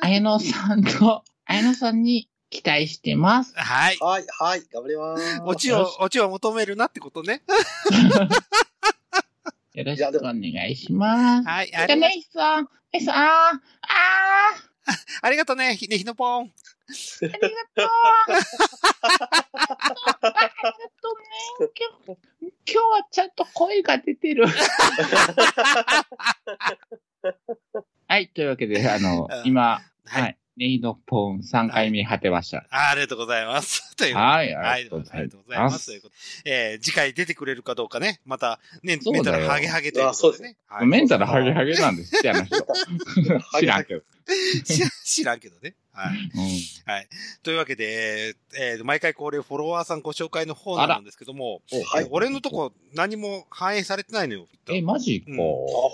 Speaker 2: 綾野さんと、綾野さんに期待してます。
Speaker 1: はい。
Speaker 3: はいはい、頑張りま
Speaker 1: オ
Speaker 3: す。
Speaker 1: チを、オチを求めるなってことね。
Speaker 2: よろしくお願いします。
Speaker 1: はい。
Speaker 2: じゃ
Speaker 1: あ
Speaker 2: あ
Speaker 1: りが
Speaker 2: ね、ひさん、えさん、あーあ
Speaker 1: ありがとうね、ひねひのぽん。
Speaker 2: ー、ありがとう。ありがとうね。今日、今日はちゃんと声が出てる。はい、というわけで、あの
Speaker 1: うん、
Speaker 2: 今、
Speaker 1: はい
Speaker 2: はい、ネイドポン3回目果てました。
Speaker 1: あありがとうございます。という
Speaker 2: はい、
Speaker 1: は
Speaker 2: あり
Speaker 1: い、
Speaker 2: がとうご
Speaker 1: あ
Speaker 2: ざ
Speaker 1: り
Speaker 2: い
Speaker 1: がとうござい
Speaker 2: ま
Speaker 1: ます。
Speaker 2: す
Speaker 1: という。ことでえー次回出てくれるかどうかね。また、ね、
Speaker 2: そう
Speaker 1: メ
Speaker 2: だ
Speaker 1: ン
Speaker 2: よ
Speaker 1: タルハゲハゲということでね。はい
Speaker 2: メンタルハゲハゲなんですって、あの人。知らんけど。
Speaker 1: 知ら 知らんけどね。はい。
Speaker 2: う
Speaker 1: というわけで、えーえー毎回恒例フォロワーさんご紹介の方なんですけども、
Speaker 2: ん。
Speaker 3: はい
Speaker 1: えー俺のとこ何も反映されてないのよ。
Speaker 2: え、マジか。
Speaker 1: うんあ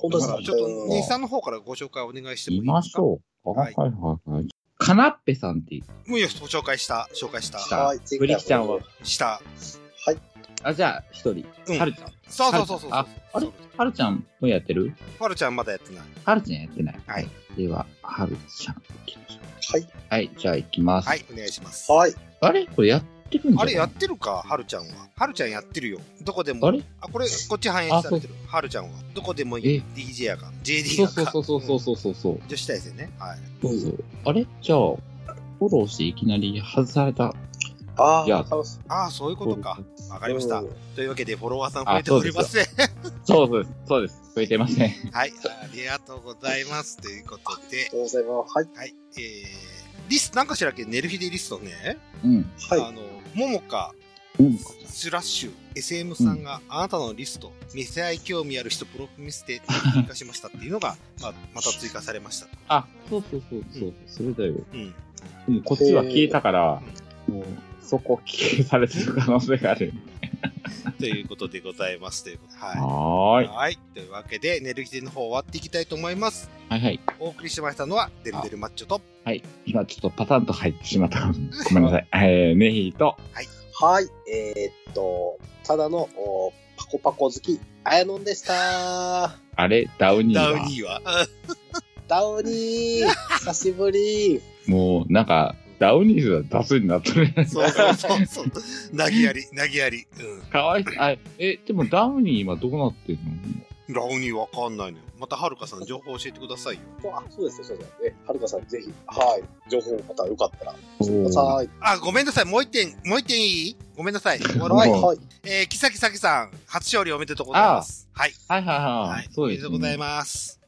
Speaker 3: 本
Speaker 1: だ
Speaker 3: 当です
Speaker 1: か
Speaker 3: から
Speaker 1: ちょっと、
Speaker 3: うん
Speaker 1: ネイさんの方からご紹介お願いしてもいいで
Speaker 2: 見
Speaker 1: すか
Speaker 2: ましょう。
Speaker 1: は
Speaker 2: はいいはいはいはい。かなっぺさんって、
Speaker 1: もういいよ、紹介した、紹介した、
Speaker 2: した
Speaker 3: はい、
Speaker 2: ブリキちゃんは。
Speaker 1: した。
Speaker 2: あ、じゃあ、一人
Speaker 1: うん。
Speaker 2: はるちゃん。
Speaker 1: そうそうそうそう。
Speaker 2: ああれはるちゃんもやってる
Speaker 1: パルちゃんまだやってない。
Speaker 2: はるちゃんやってない。
Speaker 1: はい。
Speaker 2: では、はるちゃん行きましょう。
Speaker 3: はい
Speaker 2: はい、じゃあ行きます。
Speaker 1: はい、お願いします。
Speaker 3: はい。
Speaker 2: あれこれやってるんじゃ
Speaker 1: あ
Speaker 2: ない
Speaker 1: れやってるか、はるちゃんは。はるちゃんやってるよ。どこでも。
Speaker 2: あれ
Speaker 1: あこれ、こっち反映されてる。はるちゃんは。どこでもいい。DJ やから。JD
Speaker 2: そ
Speaker 1: や
Speaker 2: う
Speaker 1: か
Speaker 2: そう
Speaker 1: ら。
Speaker 2: そうそうそうそうそう。
Speaker 1: 女子大生ね。はい。
Speaker 2: そうそう。あれじゃあ、フォローしていきなり外された。
Speaker 3: あ
Speaker 2: いや
Speaker 3: あ、そう
Speaker 1: ああ、そういうことか。わかりました。というわけで、フォロワーさん増えて
Speaker 2: あそ
Speaker 1: お
Speaker 2: うで
Speaker 1: り
Speaker 2: す
Speaker 1: ま
Speaker 2: よ
Speaker 1: せん。
Speaker 2: そうそうです。そうです。増えてません。
Speaker 1: はい、ありがとうございます。ということで
Speaker 3: ありが、とうございます。はい。
Speaker 1: はい、えー、リス、なんかしらっけ、ネルフィデリストね。
Speaker 2: うん。
Speaker 1: あ
Speaker 3: はい。
Speaker 1: の、ももか、
Speaker 2: うん
Speaker 1: スラッシュ SM さんがあなたのリスト、見せ合い興味ある人プロ見せて追加しましたっていうのが、まあ、また追加されました。
Speaker 2: あ、そうそうそう、そう、それだよ。
Speaker 1: うん。
Speaker 2: でもこっちは消えたから、もう、そこ消えされてる可能性がある。
Speaker 1: ということでございます。ということではい。
Speaker 2: はーい。
Speaker 1: はい。というわけで、寝る日での方終わっていきたいと思います。
Speaker 2: はいはい。
Speaker 1: お送りしましたのは、デルデルマッチョと、
Speaker 2: はい。今ちょっとパタンと入ってしまったかも。ごめんなさい。えー、ネヒーと、
Speaker 3: はい、えーっと、ただのおパコパコ好き、あやのんでした。
Speaker 2: あれ、ダウニー
Speaker 1: ダ
Speaker 2: は。
Speaker 1: ウニーは、
Speaker 3: ダウニ ー、久しぶり。
Speaker 2: もう、なんか、ダウニーズは出すになってる。
Speaker 1: そうそうそうそう。投げやり、投げやり。う
Speaker 2: かわいそう。あえ、でもダウニー今どうなってるの
Speaker 1: ん。ダウニーわかんないのよ。またはるかさん情報教えてくださいよ。
Speaker 3: あ、そうですよ、そうですよ。ね、はるかさん、ぜひ、はい、情報またよかったら、くだ
Speaker 2: お
Speaker 3: さ
Speaker 2: ー
Speaker 3: い。
Speaker 1: あ、ごめんなさい。もう一点、もう一点いいごめんなさい。終わる
Speaker 3: は
Speaker 1: 前
Speaker 3: い、
Speaker 1: に。
Speaker 3: はい。
Speaker 1: えー、キサキサキさん、初勝利おめでとうございます。はい。
Speaker 2: はいはいはい。
Speaker 1: はい。
Speaker 2: そう
Speaker 1: おめ
Speaker 2: で、
Speaker 1: ですとう
Speaker 2: ね。
Speaker 1: ございます。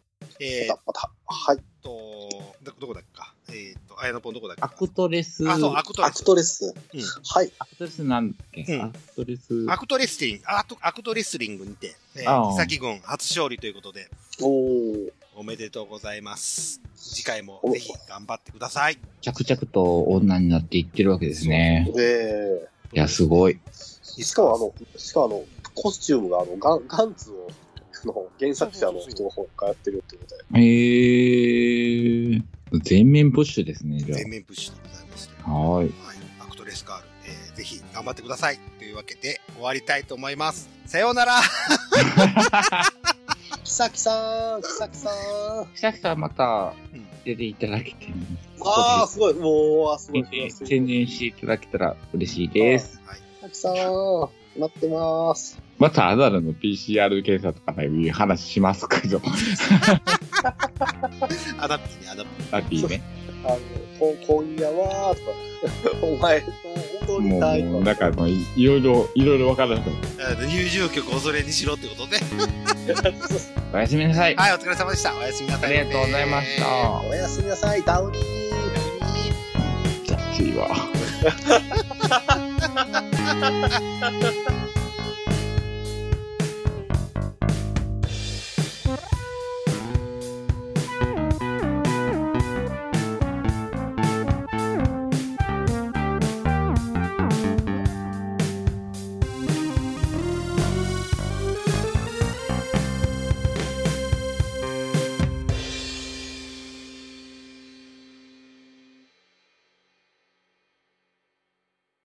Speaker 1: えー
Speaker 3: ま、
Speaker 1: った
Speaker 3: また、はい。
Speaker 1: と、どどこだっけか。えーっと、あやのぽんどこだっけ
Speaker 2: ア
Speaker 1: か。
Speaker 2: クトレス。
Speaker 1: あ、そう、アクトレ
Speaker 3: ア
Speaker 1: ス
Speaker 3: ク。トレス。
Speaker 1: うん
Speaker 3: はい。
Speaker 2: アクトレスなんだっけ、
Speaker 1: うん
Speaker 2: アクトレス。
Speaker 1: アクトレスリング、アクトアクトレスリングにて、え
Speaker 2: ああ
Speaker 1: ー、キサキ軍初勝利ということで、
Speaker 3: おー。
Speaker 1: おめでとうございます。次回もぜひ頑張ってください。
Speaker 2: 着々と女になっていってるわけですね。
Speaker 3: え
Speaker 2: いや、すごい。
Speaker 3: ー、しかもあの、しかもあの、コスチュームがあの、ガンガンツを、あの原作者の人の方がやってるってことで。
Speaker 2: えー。全面プッシュですね、じゃ
Speaker 1: 全面プッシュでございます。
Speaker 2: あ。はーい。
Speaker 1: はい、アクトレスガール、えーぜひ頑張ってください。というわけで終わりたいと思います。さようなら
Speaker 3: キサキさん、キサキさん。
Speaker 2: キサキさんまた
Speaker 1: うん
Speaker 2: 出ていただけて、
Speaker 3: ああ、
Speaker 2: こ
Speaker 3: すごい。もう、あ、す
Speaker 2: こ
Speaker 3: ご
Speaker 2: で
Speaker 3: い。すごいすごい
Speaker 2: 宣伝していただけたら嬉しいです。
Speaker 1: はい、
Speaker 3: キさん、待ってます。
Speaker 2: またアザルの PCR 検査とかいう話しますけど、
Speaker 1: アダプティね、アダプテ
Speaker 2: ラッピーね。
Speaker 3: あの、こ今夜は、とか、 お前と踊りたい
Speaker 2: もう、
Speaker 3: と
Speaker 2: な
Speaker 3: か
Speaker 2: ん。かもうい、いろいろ、いろいろわからなくなった
Speaker 1: ィ。あの入場曲をそれにしろってことで。
Speaker 2: おやすみなさい。
Speaker 1: はい、お疲れ様でした。おやすみな
Speaker 2: あ
Speaker 1: さい。
Speaker 2: りがとうございました。
Speaker 3: おやすみなさい、ダウニー。
Speaker 2: じゃあ次は。